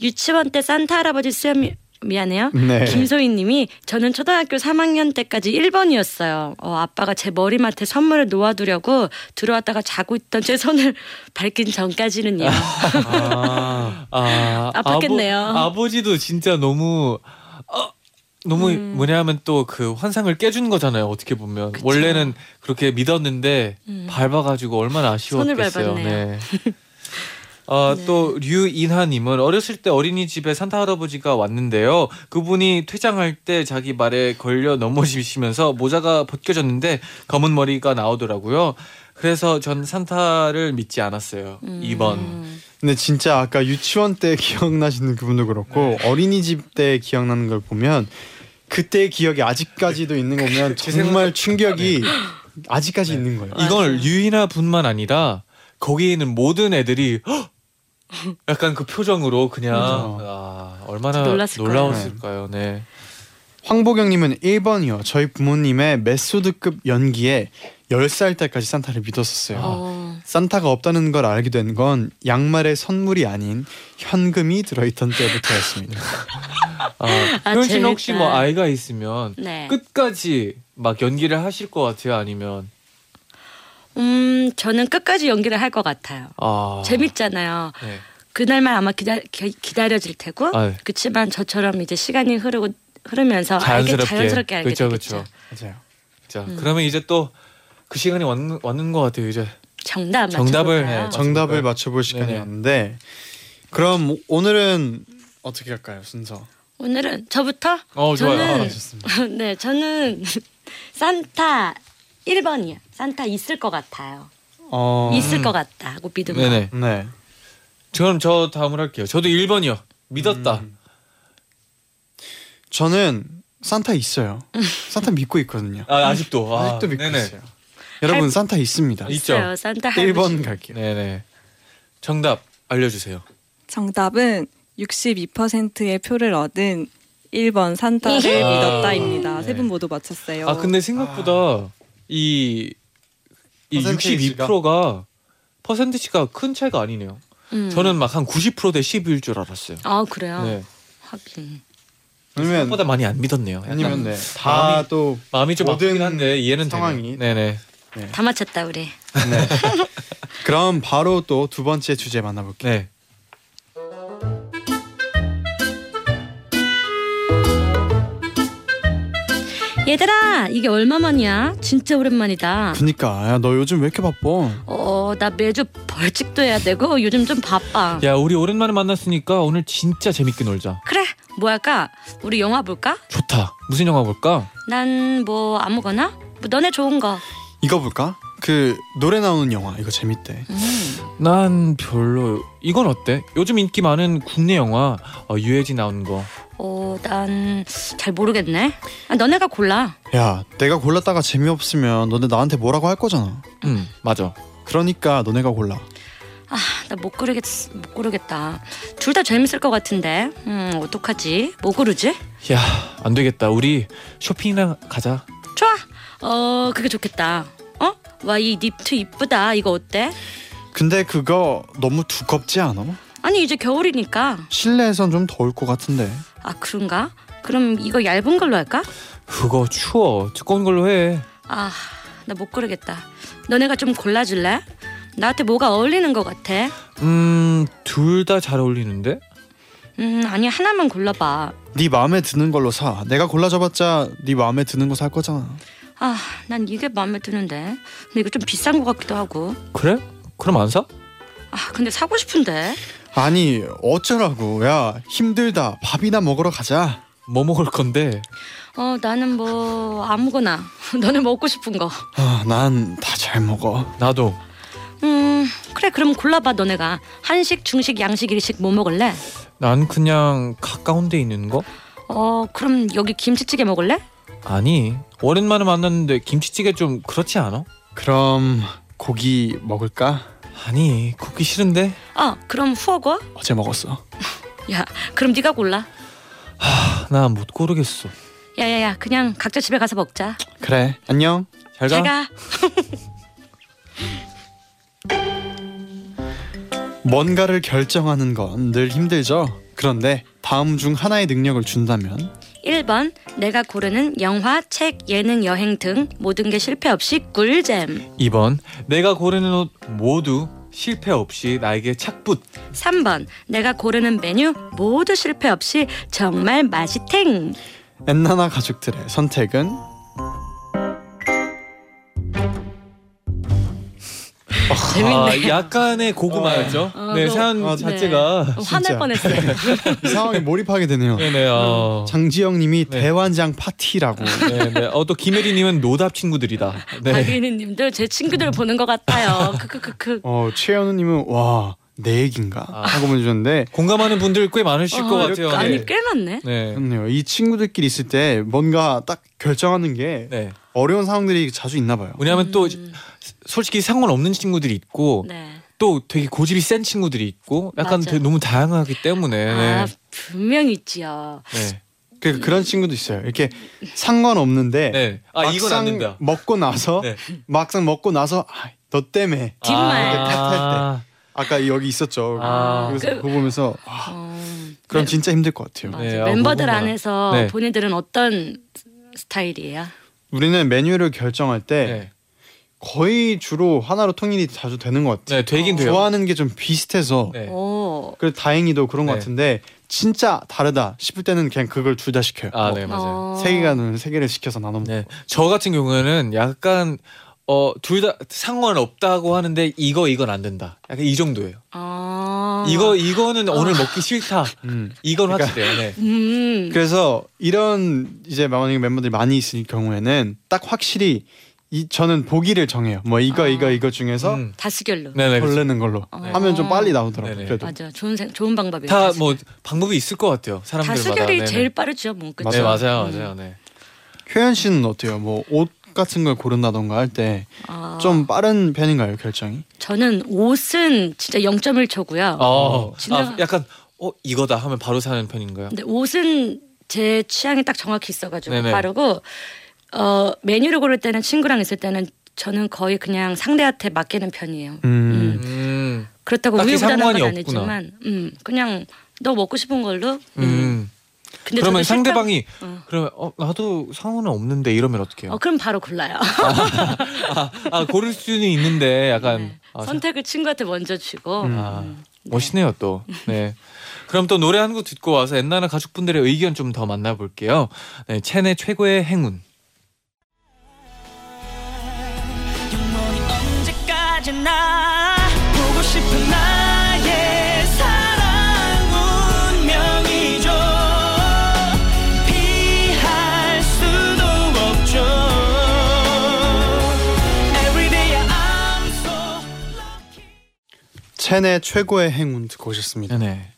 Speaker 6: 유치원 때 산타 할아버지 수염이 미안해요.
Speaker 4: 네.
Speaker 6: 김소희님이 저는 초등학교 3학년 때까지 1번이었어요. 어, 아빠가 제 머리맡에 선물을 놓아두려고 들어왔다가 자고 있던 제 손을 밝힌 전까지는요.
Speaker 2: 아, 아,
Speaker 6: 아팠겠네요.
Speaker 2: 아버, 지도 진짜 너무 어, 너무 뭐냐면 또 그 환상을 깨준 거잖아요. 어떻게 보면
Speaker 6: 음. 그쵸.
Speaker 2: 원래는 그렇게 믿었는데
Speaker 6: 음.
Speaker 2: 밟아가지고 얼마나
Speaker 6: 손을
Speaker 2: 아쉬웠겠어요.
Speaker 6: 밟았네요. 네.
Speaker 2: 네. 아, 또 류인하님은 어렸을 때 어린이집에 산타 할아버지가 왔는데요. 그분이 퇴장할 때 자기 말에 걸려 넘어지시면서 모자가 벗겨졌는데 검은 머리가 나오더라고요. 그래서 전 산타를 믿지 않았어요.
Speaker 6: 음.
Speaker 2: 2번.
Speaker 4: 근데 진짜 아까 유치원 때 기억나시는 그분도 그렇고
Speaker 2: 네.
Speaker 4: 어린이집 때 기억나는 걸 보면 그때의 기억이 아직까지도 있는 거면
Speaker 2: 그,
Speaker 4: 정말 충격이 아직까지 있는 거예요.
Speaker 2: 네. 이걸 유인하 분만 아니라 거기에 있는 모든 애들이 "헉!" 약간 그 표정으로 그냥
Speaker 4: 맞아.
Speaker 2: 아, 얼마나
Speaker 6: 놀랐을 거예요.
Speaker 2: 놀라웠을까요. 네.
Speaker 4: 황보경님은 1번이요. 저희 부모님의 메소드급 연기에 10살 때까지 산타를 믿었었어요.
Speaker 6: 어,
Speaker 4: 산타가 없다는 걸 알게 된 건 양말에 선물이 아닌 현금이 들어있던 때부터였습니다.
Speaker 2: 아, 효연 씨는
Speaker 6: 재밌다.
Speaker 2: 혹시 뭐 아이가 있으면
Speaker 6: 네.
Speaker 2: 끝까지 막 연기를 하실 것 같아요? 아니면
Speaker 6: 음, 저는 끝까지 연기를 할 것 같아요.
Speaker 2: 아,
Speaker 6: 재밌잖아요.
Speaker 2: 네.
Speaker 6: 그날만 아마 기다, 기, 기다려질 테고
Speaker 2: 아, 네.
Speaker 6: 그렇지만 저처럼 이제 시간이 흐르고 흐르면서
Speaker 2: 자연스럽게,
Speaker 6: 아, 알게, 자연스럽게 알게
Speaker 2: 그쵸,
Speaker 6: 되겠죠.
Speaker 2: 그쵸.
Speaker 4: 맞아요.
Speaker 2: 자,
Speaker 6: 음.
Speaker 2: 그러면 이제 또 그 시간이 왔는, 왔는 것 같아요. 이제
Speaker 6: 정답
Speaker 2: 정답을,
Speaker 6: 맞춰볼까요?
Speaker 2: 네, 정-
Speaker 4: 정답을
Speaker 2: 맞습니까?
Speaker 4: 맞춰볼
Speaker 2: 네네.
Speaker 4: 시간이었는데 그럼 오늘은 어떻게 할까요 순서?
Speaker 6: 오늘은 저부터
Speaker 2: 어, 좋아요.
Speaker 6: 저는
Speaker 2: 아,
Speaker 4: 좋습니다.
Speaker 6: 네, 저는 산타 1번이요. 산타 있을 것 같아요.
Speaker 4: 어...
Speaker 6: 있을 것 같다고 믿음.
Speaker 2: 네네.
Speaker 4: 네.
Speaker 2: 저는 저 다음을 할게요. 저도 1번이요. 믿었다.
Speaker 4: 음. 저는 산타 있어요. 산타 믿고 있거든요.
Speaker 2: 아, 아직도. 아,
Speaker 4: 아직도 믿고
Speaker 2: 네네.
Speaker 4: 있어요. 여러분 산타 있습니다.
Speaker 2: 있-
Speaker 6: 있어요. 산타 할아버지.
Speaker 4: 1번 갈게요.
Speaker 2: 예. 네네. 정답 알려주세요.
Speaker 7: 정답은 62%의 표를 얻은 1번 산타를
Speaker 2: 아.
Speaker 7: 믿었다입니다. 세 분
Speaker 2: 네.
Speaker 7: 모두 맞췄어요.
Speaker 2: 아 근데 생각보다 이 이
Speaker 4: 퍼센테이지가?
Speaker 2: 62%가 퍼센티지가 큰 차이가 아니네요.
Speaker 6: 음.
Speaker 2: 저는 막 한 90%대 10일 줄 알았어요.
Speaker 6: 아 그래요.
Speaker 2: 네.
Speaker 6: 확인.
Speaker 2: 생각보다
Speaker 4: 아니면
Speaker 2: 많이 안 믿었네요. 약간
Speaker 4: 아니면 네. 다또
Speaker 2: 마음이 좀
Speaker 4: 모든
Speaker 2: 아프긴 한데 이해는
Speaker 4: 상황이.
Speaker 2: 되네요. 네네.
Speaker 6: 다 맞췄다 우리.
Speaker 4: 네. 그럼 바로 또 두 번째 주제 만나볼게요.
Speaker 2: 네.
Speaker 6: 얘들아 이게 얼마만이야? 진짜 오랜만이다.
Speaker 4: 그니까 그러니까, 야, 너 요즘 왜 이렇게 바빠?
Speaker 6: 어, 나 매주 벌칙도 해야 되고 요즘 좀 바빠.
Speaker 2: 야 우리 오랜만에 만났으니까 오늘 진짜 재밌게 놀자.
Speaker 6: 그래, 뭐 할까? 우리 영화 볼까?
Speaker 2: 좋다. 무슨 영화 볼까?
Speaker 6: 난 뭐 아무거나? 뭐 너네 좋은 거.
Speaker 4: 이거 볼까? 그 노래 나오는 영화 이거 재밌대.
Speaker 6: 음.
Speaker 2: 난 별로 이건 어때? 요즘 인기 많은 국내 영화 어, 유해지 나온 거
Speaker 6: 어, 난 잘 모르겠네. 아, 너네가 골라.
Speaker 4: 야, 내가 골랐다가 재미없으면 너네 나한테 뭐라고 할 거잖아.
Speaker 2: 음, 맞아
Speaker 4: 그러니까 너네가 골라.
Speaker 6: 나 못 고르겠 못 고르겠다. 둘 다 재밌을 것 같은데. 음, 어떡하지? 뭐 고르지?
Speaker 2: 야 안 되겠다 우리 쇼핑이나 가자
Speaker 6: 좋아. 어, 그게 좋겠다. 어? 와, 이 니트 이쁘다. 이거 어때?
Speaker 4: 근데 그거 너무 두껍지 않아?
Speaker 6: 아니, 이제 겨울이니까.
Speaker 4: 실내에선 좀 더울 것 같은데.
Speaker 6: 아, 그런가? 그럼 이거 얇은 걸로 할까?
Speaker 2: 그거 추워 두꺼운 걸로 해
Speaker 6: 아, 나 못 고르겠다. 너네가 좀 골라 줄래? 나한테 뭐가 어울리는 것 같아?
Speaker 2: 음, 둘 다 잘 어울리는데?
Speaker 6: 음, 아니 하나만 골라 봐.
Speaker 4: 네 마음에 드는 걸로 사. 내가 골라줘봤자 네 마음에 드는 거 살 거잖아.
Speaker 6: 아, 난 이게 마음에 드는데. 근데 이거 좀 비싼 것 같기도 하고.
Speaker 2: 그래? 그럼 안 사?
Speaker 6: 아, 근데 사고 싶은데.
Speaker 4: 아니 어쩌라고. 야 힘들다. 밥이나 먹으러 가자.
Speaker 2: 뭐 먹을 건데?
Speaker 6: 어, 나는 뭐 아무거나. 너네 먹고 싶은 거.
Speaker 4: 아, 난 다 잘 먹어.
Speaker 2: 나도
Speaker 6: 음, 그래 그럼 골라봐 너네가 한식, 중식, 양식, 일식 뭐 먹을래?
Speaker 2: 난 그냥 가까운 데 있는 거?
Speaker 6: 어, 그럼 여기 김치찌개 먹을래?
Speaker 2: 아니 오랜만에 만났는데 김치찌개 좀 그렇지 않아?
Speaker 4: 그럼 고기 먹을까?
Speaker 2: 아니 굽기 싫은데
Speaker 6: 아, 그럼 후어거?
Speaker 4: 어제 먹었어.
Speaker 6: 야, 그럼 네가 골라.
Speaker 2: 나 못 고르겠어
Speaker 6: 야야야, 그냥 각자 집에 가서 먹자.
Speaker 4: 그래. 안녕.
Speaker 2: 잘 가.
Speaker 6: 잘 가.
Speaker 4: 뭔가를 결정하는 건 늘 힘들죠. 그런데 다음 중 하나의 능력을 준다면
Speaker 6: 1번 내가 고르는 영화, 책, 예능, 여행 등 모든 게 실패 없이 꿀잼.
Speaker 2: 2번 내가 고르는 옷 모두 실패 없이 나에게 착붙
Speaker 6: 3번 내가 고르는 메뉴 모두 실패 없이 정말 맛있탱.
Speaker 4: 엔나나 가족들의 선택은
Speaker 6: 재밌네.
Speaker 2: 아, 약간의 고구마였죠
Speaker 6: 어,
Speaker 2: 네
Speaker 6: 너-
Speaker 2: 사연
Speaker 6: 어, 네.
Speaker 2: 자체가
Speaker 6: 어, 화날 뻔했어요.
Speaker 4: 이 상황에 몰입하게 되네요.
Speaker 2: 네네 어.
Speaker 4: 장지영님이
Speaker 2: 네.
Speaker 4: 대환장 파티라고.
Speaker 2: 네네 어또 김혜리님은 노답 친구들이다
Speaker 6: 아,
Speaker 2: 네
Speaker 6: 박윤희님들 제 친구들 보는 것 같아요. 크크크크.
Speaker 8: 어 최현우님은 와 내 얘긴가
Speaker 2: 아.
Speaker 8: 하고 보내주셨는데
Speaker 2: 공감하는 분들 꽤 많으실 것
Speaker 6: 어,
Speaker 2: 같아요
Speaker 6: 아니
Speaker 2: 네.
Speaker 6: 꽤 많네.
Speaker 2: 네.
Speaker 8: 그렇네요. 이 친구들끼리 있을 때 뭔가 딱 결정하는 게
Speaker 2: 네. 뭐
Speaker 8: 어려운 상황들이 자주 있나 봐요.
Speaker 2: 왜냐하면 또
Speaker 6: 음,
Speaker 2: 솔직히 상관없는 친구들이 있고
Speaker 6: 네.
Speaker 2: 또 되게 고집이 센 친구들이 있고 약간
Speaker 6: 맞아요.
Speaker 2: 되게 너무 다양하기 때문에
Speaker 6: 아 분명 있지요.
Speaker 2: 네.
Speaker 8: 그 그런 친구도 있어요. 이렇게 상관없는데 뭐
Speaker 2: 네. 아 이건 안 된다.
Speaker 8: 먹고 나서
Speaker 2: 네.
Speaker 8: 막상 먹고 나서 아, 너 때문에
Speaker 6: 뒷말.
Speaker 2: 아,
Speaker 8: 탓할 아까 여기 있었죠.
Speaker 2: 아.
Speaker 8: 그래서
Speaker 6: 그-
Speaker 8: 그거 보면서 아,
Speaker 6: 어,
Speaker 8: 그럼
Speaker 6: 네,
Speaker 8: 진짜 힘들 것 같아요.
Speaker 6: 맞아요.
Speaker 2: 네, 아,
Speaker 6: 멤버들
Speaker 2: 고구마.
Speaker 6: 안에서
Speaker 2: 네.
Speaker 6: 본인들은 어떤 스타일이에요?
Speaker 8: 우리는 메뉴를 결정할 때
Speaker 2: 네.
Speaker 8: 거의 주로 하나로 통일이 자주 되는 것 같아요.
Speaker 2: 네, 되긴 돼요.
Speaker 8: 좋아하는 게 좀 비슷해서
Speaker 2: 네.
Speaker 6: 어. 오.
Speaker 8: 그래 다행히도 그런 것
Speaker 2: 네.
Speaker 8: 같은데 진짜 다르다 싶을 때는 그냥 그걸 둘 다 시켜요.
Speaker 2: 아,
Speaker 8: 뭐
Speaker 2: 네, 맞아요.
Speaker 6: 어.
Speaker 8: 세 개가 되면 세 개를 시켜서 나눠 먹고.
Speaker 2: 네. 저 같은 경우에는 약간 어, 둘 다 상관없다고 하는데 이거 이건 안 된다. 약간 이 정도예요.
Speaker 6: 아.
Speaker 2: 이거 이거는 오늘 먹기 싫다.
Speaker 8: 음.
Speaker 2: 이건
Speaker 8: 그러니까-
Speaker 2: 확실해요. 네.
Speaker 6: 음.
Speaker 8: 그래서 이런 이제 만약 멤버들이 많이 있을 경우에는 딱 확실히 이 저는 보기를 정해요. 뭐 이거
Speaker 6: 아.
Speaker 8: 이거 이거 중에서
Speaker 2: 음.
Speaker 6: 다수결로.
Speaker 2: 네네. 그렇죠.
Speaker 8: 걸르는 걸로 아.
Speaker 6: 네.
Speaker 8: 하면 좀 빨리 나오더라고요.
Speaker 2: 네네.
Speaker 8: 그래도
Speaker 6: 맞아. 좋은 생, 좋은 방법이에요.
Speaker 2: 다
Speaker 6: 다수결.
Speaker 2: 뭐 방법이 있을 것 같아요. 사람들마다.
Speaker 6: 다수결이
Speaker 2: 네네.
Speaker 6: 제일 빠르죠, 뭐. 그쵸?
Speaker 2: 네 맞아요
Speaker 6: 음.
Speaker 2: 맞아요 네.
Speaker 8: 효연 씨는 어때요? 뭐 옷 같은 걸 고른다던가 할 때 좀
Speaker 6: 아,
Speaker 8: 빠른 편인가요 결정이?
Speaker 6: 저는 옷은 진짜 0.1초고요.
Speaker 2: 어,
Speaker 6: 진짜-
Speaker 2: 아, 약간 어 이거다 하면 바로 사는 편인가요?
Speaker 6: 근데 옷은 제 취향이 딱 정확히 있어가지고
Speaker 2: 네네.
Speaker 6: 빠르고 어 메뉴를 고를 때는 친구랑 있을 때는 저는 거의 그냥 상대한테 맡기는 편이에요.
Speaker 8: 음.
Speaker 2: 음,
Speaker 6: 그렇다고
Speaker 2: 딱히
Speaker 6: 우유부단한 건
Speaker 2: 상관이 없구나.
Speaker 6: 아니지만, 음 그냥 너 먹고 싶은 걸로. 음.
Speaker 2: 음.
Speaker 6: 근데
Speaker 2: 그러면
Speaker 6: 저는 실패-
Speaker 2: 상대방이
Speaker 6: 어.
Speaker 2: 그러면 어 나도 상호는 없는데 이러면 어떡해요?
Speaker 6: 어 그럼 바로 골라요.
Speaker 2: 아, 아, 고를 수는 있는데 약간
Speaker 6: 네.
Speaker 2: 아, 사-
Speaker 6: 선택을 친구한테 먼저 주고.
Speaker 2: 아,
Speaker 6: 음, 네.
Speaker 2: 멋있네요 또. 네. 그럼 또 노래 한 곡 듣고 와서 옛날에 가족분들의 의견 좀 더 만나볼게요. 네, 첸의 최고의 행운.
Speaker 1: 영원히 언제까지나 보고 싶은 나의 사랑 운명이죠 피할 수도 없죠 Everyday I
Speaker 4: 체내 최고의 행운 듣고 오셨습니다.
Speaker 2: 네.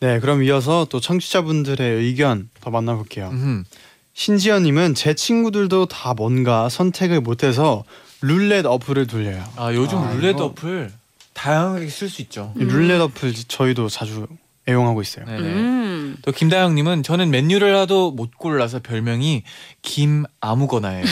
Speaker 4: 네, 그럼 이어서 또 청취자분들의 의견 더 만나볼게요.
Speaker 2: 음.
Speaker 4: 신지연님은 제 친구들도 다 뭔가 선택을 못해서 룰렛 어플을 돌려요.
Speaker 2: 아 요즘
Speaker 8: 아,
Speaker 2: 룰렛
Speaker 8: 이거-
Speaker 2: 어플 다양하게 쓸 수 있죠.
Speaker 4: 이 룰렛 어플 저희도 자주 애용하고 있어요.
Speaker 2: 네네.
Speaker 6: 음.
Speaker 2: 또 김다영님은 저는 맨유를 하도 못 골라서 별명이 김 아무거나예요.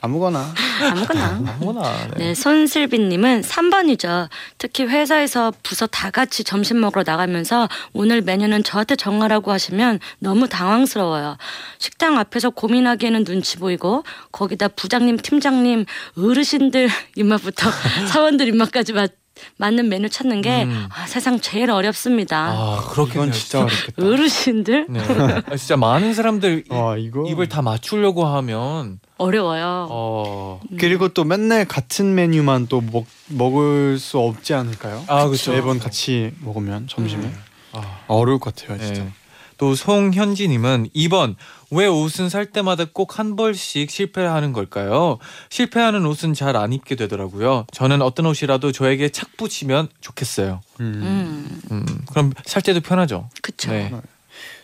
Speaker 4: 아무거나.
Speaker 6: 아무거나.
Speaker 2: 아무거나.
Speaker 6: 네, 손슬비님은 3번이죠. 특히 회사에서 부서 다 같이 점심 먹으러 나가면서 오늘 메뉴는 저한테 정하라고 하시면 너무 당황스러워요. 식당 앞에서 고민하기에는 눈치 보이고 거기다 부장님, 팀장님, 어르신들 입맛부터 사원들 입맛까지 맞, 맞는 메뉴 찾는 게
Speaker 2: 음.
Speaker 6: 아, 세상 제일 어렵습니다.
Speaker 2: 아 그렇게
Speaker 4: 이건 진짜 어렵겠다.
Speaker 6: 어르신들
Speaker 2: 네. 아, 진짜 많은 사람들 이-
Speaker 4: 아,
Speaker 8: 와 이거
Speaker 2: 입을 다 맞추려고 하면
Speaker 6: 어려워요.
Speaker 2: 어.
Speaker 4: 그리고 또 맨날 같은 메뉴만 또 먹, 먹을 수 없지 않을까요?
Speaker 2: 아 그렇죠.
Speaker 4: 매번 같이 먹으면 점심에
Speaker 2: 아.
Speaker 4: 어려울 것 같아요, 진짜.
Speaker 2: 네. 또 송현진님은 2번 왜 옷은 살 때마다 꼭 한 벌씩 실패하는 걸까요? 실패하는 옷은 잘 안 입게 되더라고요. 저는 어떤 옷이라도 저에게 착 붙이면 좋겠어요.
Speaker 4: 음.
Speaker 6: 음,
Speaker 2: 음, 그럼 살 때도 편하죠.
Speaker 6: 그쵸.
Speaker 2: 네.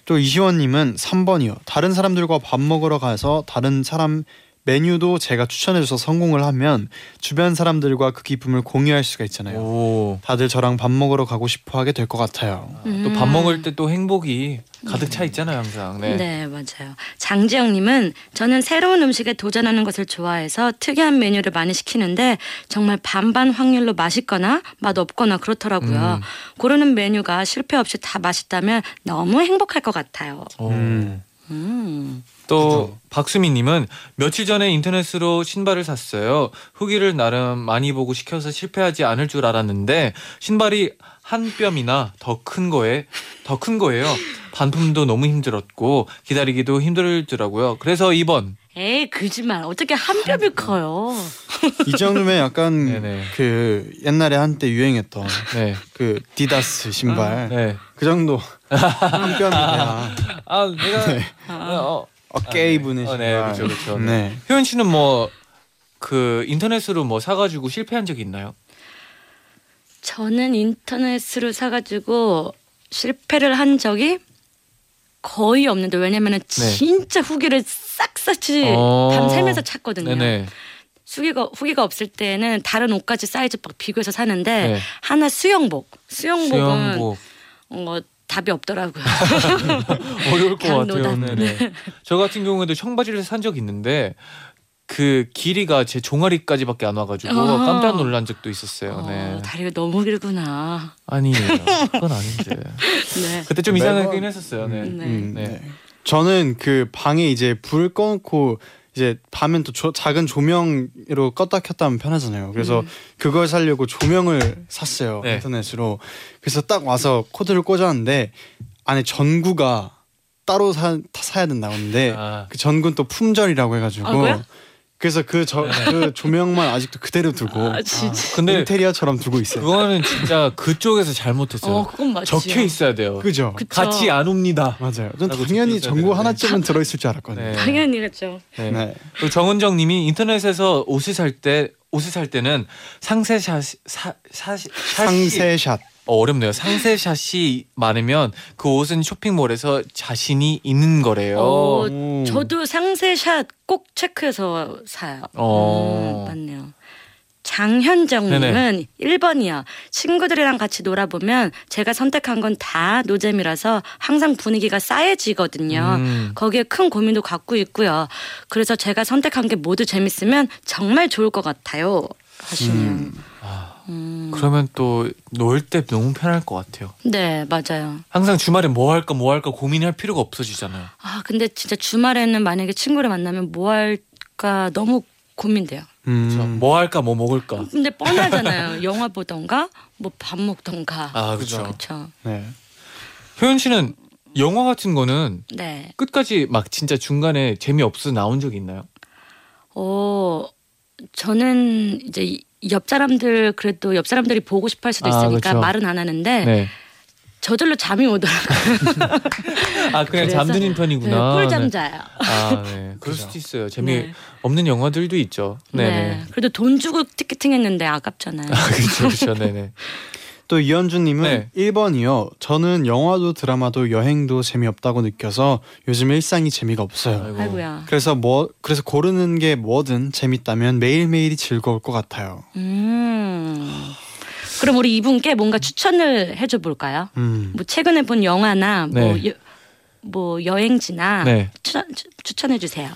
Speaker 4: 또 이시원님은 3번이요. 다른 사람들과 밥 먹으러 가서 다른 사람 메뉴도 제가 추천해줘서 성공을 하면 주변 사람들과 그 기쁨을 공유할 수가 있잖아요.
Speaker 2: 오.
Speaker 4: 다들 저랑 밥 먹으러 가고 싶어 하게 될 것 같아요.
Speaker 2: 또 밥
Speaker 6: 음.
Speaker 2: 먹을 때 또 행복이 가득 차 있잖아요, 항상. 네.
Speaker 6: 네. 맞아요. 장지영님은 저는 새로운 음식에 도전하는 것을 좋아해서 특이한 메뉴를 많이 시키는데 정말 반반 확률로 맛있거나 맛 없거나 그렇더라고요.
Speaker 2: 음.
Speaker 6: 고르는 메뉴가 실패 없이 다 맛있다면 너무 행복할 것 같아요.
Speaker 2: 오.
Speaker 4: 음.
Speaker 6: 음.
Speaker 2: 또 박수미님은 며칠 전에 인터넷으로 신발을 샀어요. 후기를 나름 많이 보고 시켜서 실패하지 않을 줄 알았는데 신발이 한 뼘이나 더 큰 거에 더 큰 거예요. 반품도 너무 힘들었고 기다리기도 힘들더라고요. 그래서 2번.
Speaker 6: 에이 거짓말. 어떻게 한 뼘이
Speaker 2: 음.
Speaker 6: 커요?
Speaker 4: 이 정도면 약간
Speaker 2: 네네.
Speaker 4: 그 옛날에 한때 유행했던
Speaker 2: 네.
Speaker 4: 그 디다스 신발
Speaker 2: 네.
Speaker 4: 그 정도 한 뼘이야.
Speaker 2: 아 내가 어, 어.
Speaker 4: 어깨 분의
Speaker 2: 어,
Speaker 4: 신발.
Speaker 2: 네, 그쵸, 그쵸.
Speaker 4: 네.
Speaker 2: 효연 씨는 뭐 그 인터넷으로 뭐 사가지고 실패한 적이 있나요?
Speaker 6: 저는 인터넷으로 사가지고 실패를 한 적이 거의 없는데 왜냐면은 진짜 후기를 싹싹이
Speaker 2: 네. 어.
Speaker 6: 밤새면서 찾거든요.
Speaker 2: 네네.
Speaker 6: 후기가 후기가 없을 때는 다른 옷까지 사이즈 막 비교해서 사는데
Speaker 2: 네.
Speaker 6: 하나 수영복 수영복은
Speaker 2: 수영복.
Speaker 6: 어, 답이 없더라고요.
Speaker 2: 어려울 것 같아요.
Speaker 6: 당노당.
Speaker 2: 네네. 저 같은 경우에도 청바지를 산 적 있는데 그 길이가 제 종아리까지밖에 안 와가지고
Speaker 6: 아.
Speaker 2: 깜짝 놀란 적도 있었어요.
Speaker 6: 어,
Speaker 2: 네.
Speaker 6: 다리가 너무 길구나.
Speaker 2: 아니에요. 그건 아닌데.
Speaker 6: 네.
Speaker 2: 그때 좀
Speaker 8: 매번-
Speaker 2: 이상하긴 했었어요. 네.
Speaker 6: 네.
Speaker 4: 음,
Speaker 2: 네.
Speaker 4: 네. 저는 그 방에 이제 불 꺼놓고 이제 밤엔 또 조- 작은 조명으로 껐다 켰다 하면 편하잖아요. 그래서
Speaker 6: 음.
Speaker 4: 그걸 사려고 조명을 샀어요
Speaker 2: 네.
Speaker 4: 인터넷으로. 그래서 딱 와서 코드를 꽂았는데 안에 전구가 따로 사, 다 사야 된다고 했는데
Speaker 2: 아,
Speaker 4: 그 전구는 또 품절이라고 해가지고
Speaker 6: 아, 뭐야?
Speaker 4: 그래서 그, 저, 그 조명만 아직도 그대로 두고
Speaker 6: 아 진짜.
Speaker 2: 네. 근데
Speaker 4: 인테리어처럼 두고 있어요.
Speaker 2: 그거는 진짜 그쪽에서 잘못했어요.
Speaker 6: 어 그건 맞지.
Speaker 2: 그렇죠. 적혀 있어야 돼요.
Speaker 4: 그죠?
Speaker 6: 그쵸.
Speaker 2: 같이 안 옵니다.
Speaker 4: 맞아요. 전
Speaker 2: 라고 적혀
Speaker 4: 당연히
Speaker 2: 있어야
Speaker 4: 전구
Speaker 2: 되는데.
Speaker 4: 하나쯤은 들어있을 줄 알았거든요.
Speaker 2: 네.
Speaker 6: 당연히 그렇죠.
Speaker 2: 네.
Speaker 4: 네.
Speaker 2: 또 정은정님이 인터넷에서 옷을 살 때 옷을 살 때는 상세샷 사시
Speaker 4: 상세샷.
Speaker 2: 어, 어렵네요. 상세샷이 많으면 그 옷은 쇼핑몰에서 자신이 있는 거래요.
Speaker 6: 어,
Speaker 2: 음.
Speaker 4: 오.
Speaker 6: 저도 상세샷 꼭 체크해서 사요.
Speaker 2: 어.
Speaker 6: 음, 맞네요. 장현정님은 1번이요. 친구들이랑 같이 놀아보면 제가 선택한 건 다 노잼이라서 항상 분위기가 싸해지거든요.
Speaker 2: 음.
Speaker 6: 거기에 큰 고민도 갖고 있고요. 그래서 제가 선택한 게 모두 재밌으면 정말 좋을 것 같아요. 하시네요. 음.
Speaker 2: 그러면 또 놀 때 너무 편할 것 같아요.
Speaker 6: 네, 맞아요.
Speaker 2: 항상 주말에 뭐 할까 뭐 할까 고민할 필요가 없어지잖아요.
Speaker 6: 아, 근데 진짜 주말에는 만약에 친구를 만나면 뭐 할까 너무 고민돼요.
Speaker 2: 그렇죠?
Speaker 4: 음.
Speaker 2: 뭐 할까 뭐 먹을까.
Speaker 6: 근데 뻔하잖아요. 영화 보던가 뭐 밥 먹던가.
Speaker 2: 아 그렇죠.
Speaker 6: 그렇죠.
Speaker 4: 네.
Speaker 2: 효연 씨는 영화 같은 거는
Speaker 6: 네.
Speaker 2: 끝까지 막 진짜 중간에 재미 없어 나온 적 있나요?
Speaker 6: 어 저는 이제 이- 옆 사람들 그래도 옆 사람들이 보고 싶어 할 수도
Speaker 2: 아,
Speaker 6: 있으니까
Speaker 2: 그쵸.
Speaker 6: 말은 안 하는데
Speaker 2: 네.
Speaker 6: 저절로 잠이 오더라고요.
Speaker 2: 아 그냥
Speaker 6: 그래서-
Speaker 2: 잠드는 편이구나.
Speaker 6: 꿀잠
Speaker 2: 네.
Speaker 6: 자요.
Speaker 2: 아 네. 그럴 수도 있어요. 재미
Speaker 6: 네.
Speaker 2: 없는 영화들도 있죠.
Speaker 6: 네.
Speaker 2: 네네.
Speaker 6: 그래도 돈 주고 티켓팅 했는데 아깝잖아요.
Speaker 2: 그렇죠 그렇죠. 네네.
Speaker 4: 또 이현주님은
Speaker 2: 네.
Speaker 4: 1번이요. 저는 영화도 드라마도 여행도 재미없다고 느껴서 요즘 일상이 재미가 없어요.
Speaker 6: 아이고야.
Speaker 4: 그래서 뭐 그래서 고르는 게 뭐든 재밌다면 매일매일이 즐거울 것 같아요.
Speaker 6: 음. 그럼 우리 이분께 뭔가 추천을 해줘 볼까요?
Speaker 4: 음.
Speaker 6: 뭐 최근에 본 영화나 뭐,
Speaker 2: 네.
Speaker 6: 여, 뭐 여행지나
Speaker 2: 네.
Speaker 6: 추천, 추, 추천해 주세요.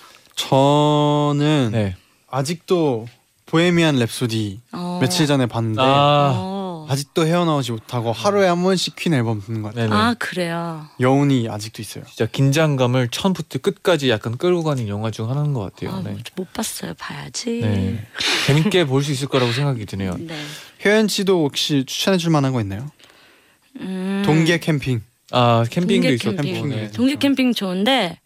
Speaker 4: 저는
Speaker 2: 네.
Speaker 4: 아직도 보헤미안 랩소디
Speaker 6: 어.
Speaker 4: 며칠 전에 봤는데
Speaker 2: 아.
Speaker 6: 어.
Speaker 4: 아직도 헤어나오지 못하고 하루에 한 번씩 퀸 앨범 듣는 것 같아요.
Speaker 2: 네네.
Speaker 6: 아 그래요.
Speaker 4: 여운이 아직도 있어요.
Speaker 2: 진짜 긴장감을 처음부터 끝까지 약간 끌고 가는 영화 중 하나인 것 같아요.
Speaker 6: 아,
Speaker 2: 네.
Speaker 6: 뭐못 봤어요. 봐야지.
Speaker 2: 네. 재밌게 볼 수 있을 거라고 생각이 드네요.
Speaker 6: 네.
Speaker 4: 혜연 씨도 혹시 추천해줄 만한 거 있나요?
Speaker 6: 음.
Speaker 4: 동계 캠핑.
Speaker 2: 아 캠핑도
Speaker 6: 동계
Speaker 2: 있었고.
Speaker 6: 캠핑.
Speaker 2: 네.
Speaker 6: 동계 캠핑 좋은데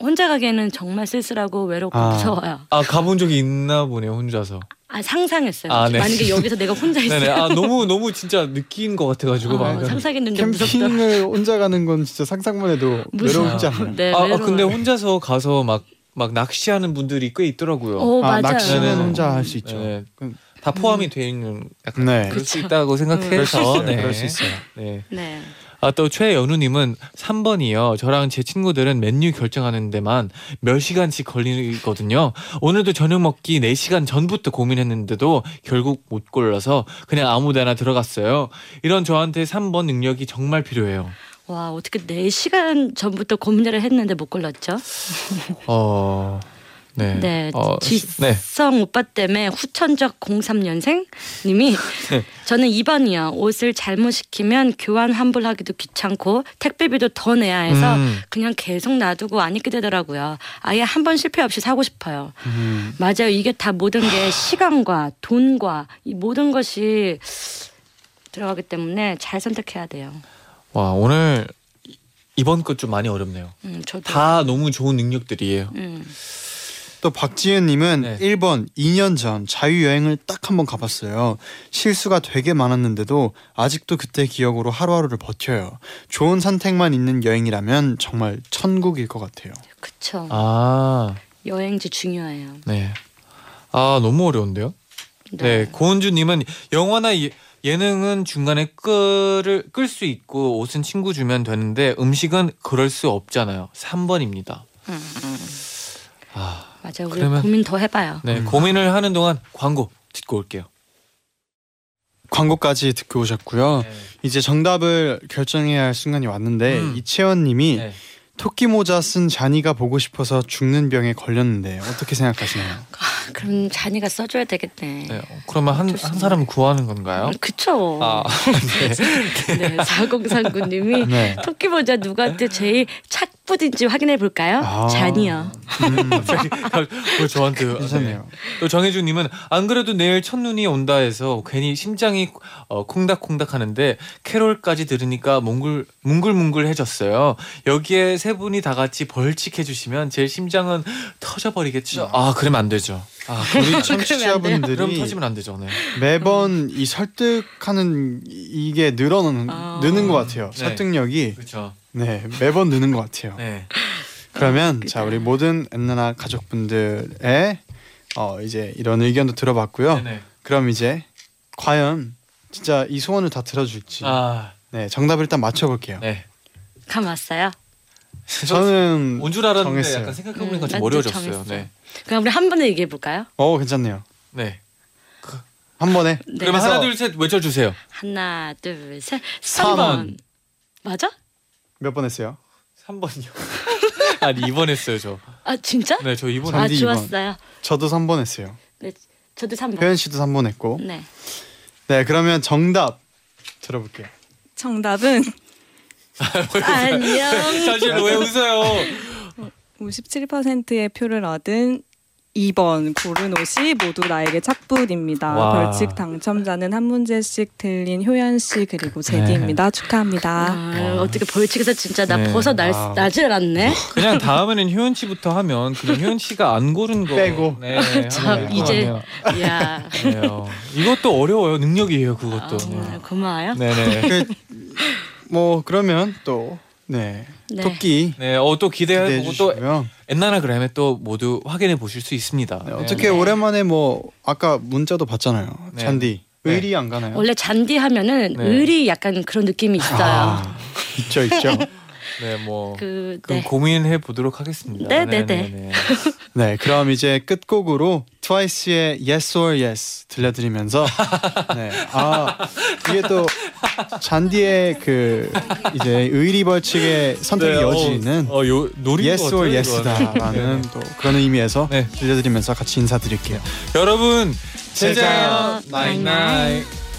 Speaker 6: 혼자 가기에는 정말 쓸쓸하고 외롭고
Speaker 4: 아.
Speaker 6: 무서워요.
Speaker 2: 아 가본 적이 있나 보네요 혼자서.
Speaker 6: 아 상상했어요.
Speaker 2: 아, 네.
Speaker 6: 만약에 여기서 내가 혼자 있으면
Speaker 2: 네네. 아 너무 너무 진짜 느낀 것 같아가지고 막.
Speaker 6: 어,
Speaker 2: 약간.
Speaker 6: 상상했는데 무섭다.
Speaker 8: 캠핑을 혼자 가는 건 진짜 상상만 해도
Speaker 6: 무서워.
Speaker 8: 외롭지 않나요?
Speaker 6: 네,
Speaker 2: 아, 아,
Speaker 6: 외로워요.
Speaker 2: 근데 혼자서 가서 막 막 낚시하는 분들이 꽤 있더라고요.
Speaker 4: 어,
Speaker 6: 오,
Speaker 8: 아,
Speaker 6: 어, 맞아요.
Speaker 8: 낚시는
Speaker 2: 네네.
Speaker 8: 혼자 할 수 있죠.
Speaker 2: 네.
Speaker 8: 그럼-
Speaker 2: 다
Speaker 6: 음.
Speaker 2: 포함이 되어 있는 약간
Speaker 4: 네. 그렇죠.
Speaker 2: 그럴 수 있다고 생각해서 네.
Speaker 4: 그럴 수 있어요.
Speaker 2: 네.
Speaker 6: 네.
Speaker 2: 아 또 최연우님은 3번이요. 저랑 제 친구들은 메뉴 결정하는 데만 몇 시간씩 걸리거든요. 오늘도 저녁 먹기 4시간 전부터 고민했는데도 결국 못 골라서 그냥 아무데나 들어갔어요. 이런 저한테 3번 능력이 정말 필요해요.
Speaker 6: 와 어떻게 4시간 전부터 고민을 했는데 못 골랐죠?
Speaker 2: 어. 네.
Speaker 6: 네,
Speaker 2: 어, 네.
Speaker 6: 지성 오빠 때문에 후천적 03년생님이
Speaker 2: 네.
Speaker 6: 저는 2번이요. 옷을 잘못 시키면 교환 환불하기도 귀찮고 택배비도 더 내야 해서
Speaker 2: 음.
Speaker 6: 그냥 계속 놔두고 안 입게 되더라고요. 아예 한 번 실패 없이 사고 싶어요.
Speaker 2: 음.
Speaker 6: 맞아요. 이게 다 모든 게 시간과 돈과 이 모든 것이 들어가기 때문에 잘 선택해야 돼요.
Speaker 2: 와, 오늘 이- 이번 것 좀 많이 어렵네요.
Speaker 6: 음, 저도.
Speaker 2: 다 너무 좋은 능력들이에요.
Speaker 6: 음.
Speaker 4: 또 박지은님은
Speaker 2: 네.
Speaker 4: 1번 2년 전 자유여행을 딱 한 번 가봤어요. 실수가 되게 많았는데도 아직도 그때 기억으로 하루하루를 버텨요. 좋은 선택만 있는 여행이라면 정말 천국일 것 같아요.
Speaker 6: 그쵸.
Speaker 2: 아.
Speaker 6: 여행지 중요해요.
Speaker 2: 네. 아 너무 어려운데요. 네, 고은주님은 영화나 예- 예능은 중간에 끌을 끌 수 있고 옷은 친구 주면 되는데 음식은 그럴 수 없잖아요. 3번입니다. 아,
Speaker 6: 음, 맞아요. 우리
Speaker 2: 그러면-
Speaker 6: 고민 더 해봐요.
Speaker 2: 네 고민을 하는 동안 광고 듣고 올게요.
Speaker 4: 광고까지 듣고
Speaker 2: 어.
Speaker 4: 오셨고요. 이제 정답을 결정해야 할 순간이 왔는데
Speaker 2: 음.
Speaker 4: 이채원님이
Speaker 2: 네.
Speaker 4: 토끼 모자 쓴 잔이가 보고 싶어서 죽는 병에 걸렸는데 어떻게 생각하시나요?
Speaker 6: 그럼 잔이가 써줘야 되겠네.
Speaker 2: 네, 어, 그러면 한 한
Speaker 6: 좋습니다.
Speaker 2: 사람 구하는 건가요?
Speaker 6: 그쵸.
Speaker 2: 아,
Speaker 6: 네,
Speaker 2: 그
Speaker 6: 4039님이
Speaker 4: 네.
Speaker 6: 토끼 모자 누구한테 제일 착붙인지 확인해 볼까요?
Speaker 4: 아.
Speaker 6: 잔이요.
Speaker 2: 왜그 저한테
Speaker 4: 괜찮네요.
Speaker 2: 또 정혜주님은 안 그래도 내일 첫눈이 온다 해서 괜히 심장이 어, 콩닥콩닥하는데 캐롤까지 들으니까 몽글 뭉글뭉글해졌어요. 여기에 세 분이 다 같이 벌칙 해주시면 제 심장은 터져버리겠죠. 아 그러면 안 되죠. 아
Speaker 4: 우리
Speaker 2: 그럼
Speaker 4: 청취자분들이
Speaker 2: 터지면 안 되죠. 네.
Speaker 4: 매번 이 설득하는 이- 이게 늘어나는
Speaker 6: 아.
Speaker 4: 느는 것 같아요.
Speaker 2: 네.
Speaker 4: 설득력이
Speaker 2: 그렇죠.
Speaker 4: 네 매번 느는 것 같아요.
Speaker 2: 네.
Speaker 4: 그러면 자 우리 모든 엔나나 가족분들의 어 이제 이런 의견도 들어봤고요.
Speaker 2: 네네.
Speaker 4: 그럼 이제 과연 진짜 이 소원을 다 들어줄지
Speaker 2: 아
Speaker 4: 네 정답을 일단 맞춰볼게요.
Speaker 2: 네.
Speaker 6: 감 왔어요.
Speaker 4: 저는
Speaker 2: 온 줄 알았는데
Speaker 4: 정했어요.
Speaker 2: 약간 생각해보니까 좀
Speaker 6: 음, 나도
Speaker 2: 어려워졌어요.
Speaker 6: 정했어요.
Speaker 2: 네.
Speaker 6: 그럼 우리 한 번에 얘기해 볼까요?
Speaker 4: 어 괜찮네요.
Speaker 2: 네.
Speaker 4: 한 번에
Speaker 6: 네.
Speaker 2: 그러면 하나
Speaker 4: 그래서-
Speaker 2: 둘 셋 외쳐주세요.
Speaker 6: 하나, 둘, 셋.
Speaker 2: 삼
Speaker 6: 3번.
Speaker 2: 번.
Speaker 6: 맞아?
Speaker 4: 몇 번 했어요?
Speaker 2: 3번이요. 아니 2번 했어요 저.
Speaker 6: 아, 진짜?
Speaker 2: 네, 저 2번
Speaker 6: 아,
Speaker 4: 잔디 이번.
Speaker 6: 좋았어요.
Speaker 4: 저도 3번 했어요.
Speaker 6: 네, 저도 3번.
Speaker 4: 효연 씨도 3번 했고.
Speaker 6: 네.
Speaker 4: 네 그러면 정답 들어볼게요.
Speaker 7: 정답은
Speaker 6: 안녕.
Speaker 2: 사실 왜 웃어요?
Speaker 7: 57%의 표를 얻은 2번 고른 옷이 모두 나에게 착붙입니다.
Speaker 2: 와.
Speaker 7: 벌칙 당첨자는 한 문제씩 들린 효연 씨 그리고 제디입니다. 축하합니다.
Speaker 6: 아, 어떻게 벌칙에서 진짜 나
Speaker 2: 네.
Speaker 6: 벗어 날,
Speaker 4: 와우.
Speaker 6: 나질 않네.
Speaker 2: 그냥 다음에는 효연 씨부터 하면 그냥 효연 씨가 안 고른 거
Speaker 4: 빼고.
Speaker 2: 네, 하면
Speaker 6: 자,
Speaker 2: 될것
Speaker 6: 이제.
Speaker 2: 같네요.
Speaker 6: 이야.
Speaker 2: 네, 어. 이것도 어려워요. 능력이에요,
Speaker 6: 아,
Speaker 2: 그것도. 네.
Speaker 6: 고마워요.
Speaker 2: 네, 네.
Speaker 4: 그, 뭐 그러면 또네
Speaker 6: 네.
Speaker 4: 토끼
Speaker 2: 네, 어 또 기대해
Speaker 4: 기대해
Speaker 2: 보고 또
Speaker 4: 주시고요.
Speaker 2: 엔나나그램에 또 모두 확인해 보실 수 있습니다. 네,
Speaker 4: 네, 어떻게
Speaker 2: 네.
Speaker 4: 오랜만에 뭐 아까 문자도 봤잖아요.
Speaker 2: 네.
Speaker 4: 잔디
Speaker 2: 네.
Speaker 8: 의리 안 가나요?
Speaker 6: 원래 잔디 하면은
Speaker 2: 네.
Speaker 6: 의리 약간 그런 느낌이 있어요.
Speaker 8: 아, 있죠 있죠.
Speaker 2: 네, 뭐
Speaker 6: 그
Speaker 2: 그럼
Speaker 6: 네.
Speaker 2: 고민해 보도록 하겠습니다.
Speaker 6: 네, 네,
Speaker 2: 네.
Speaker 4: 네, 그럼 이제 끝곡으로 트와이스의 Yes or Yes 들려드리면서 네, 아 이게 또 잔디의 그 이제 의리 벌칙의 선택의
Speaker 2: 네,
Speaker 4: 여지는
Speaker 2: 어, 어, 요 노린 것
Speaker 4: Yes or
Speaker 2: 같아요, 이거는.
Speaker 4: Yes다라는 또 그런 의미에서
Speaker 2: 네.
Speaker 4: 들려드리면서 같이 인사드릴게요.
Speaker 2: 여러분 네. 제자요
Speaker 6: 나잇나잇.
Speaker 2: 나잇나잇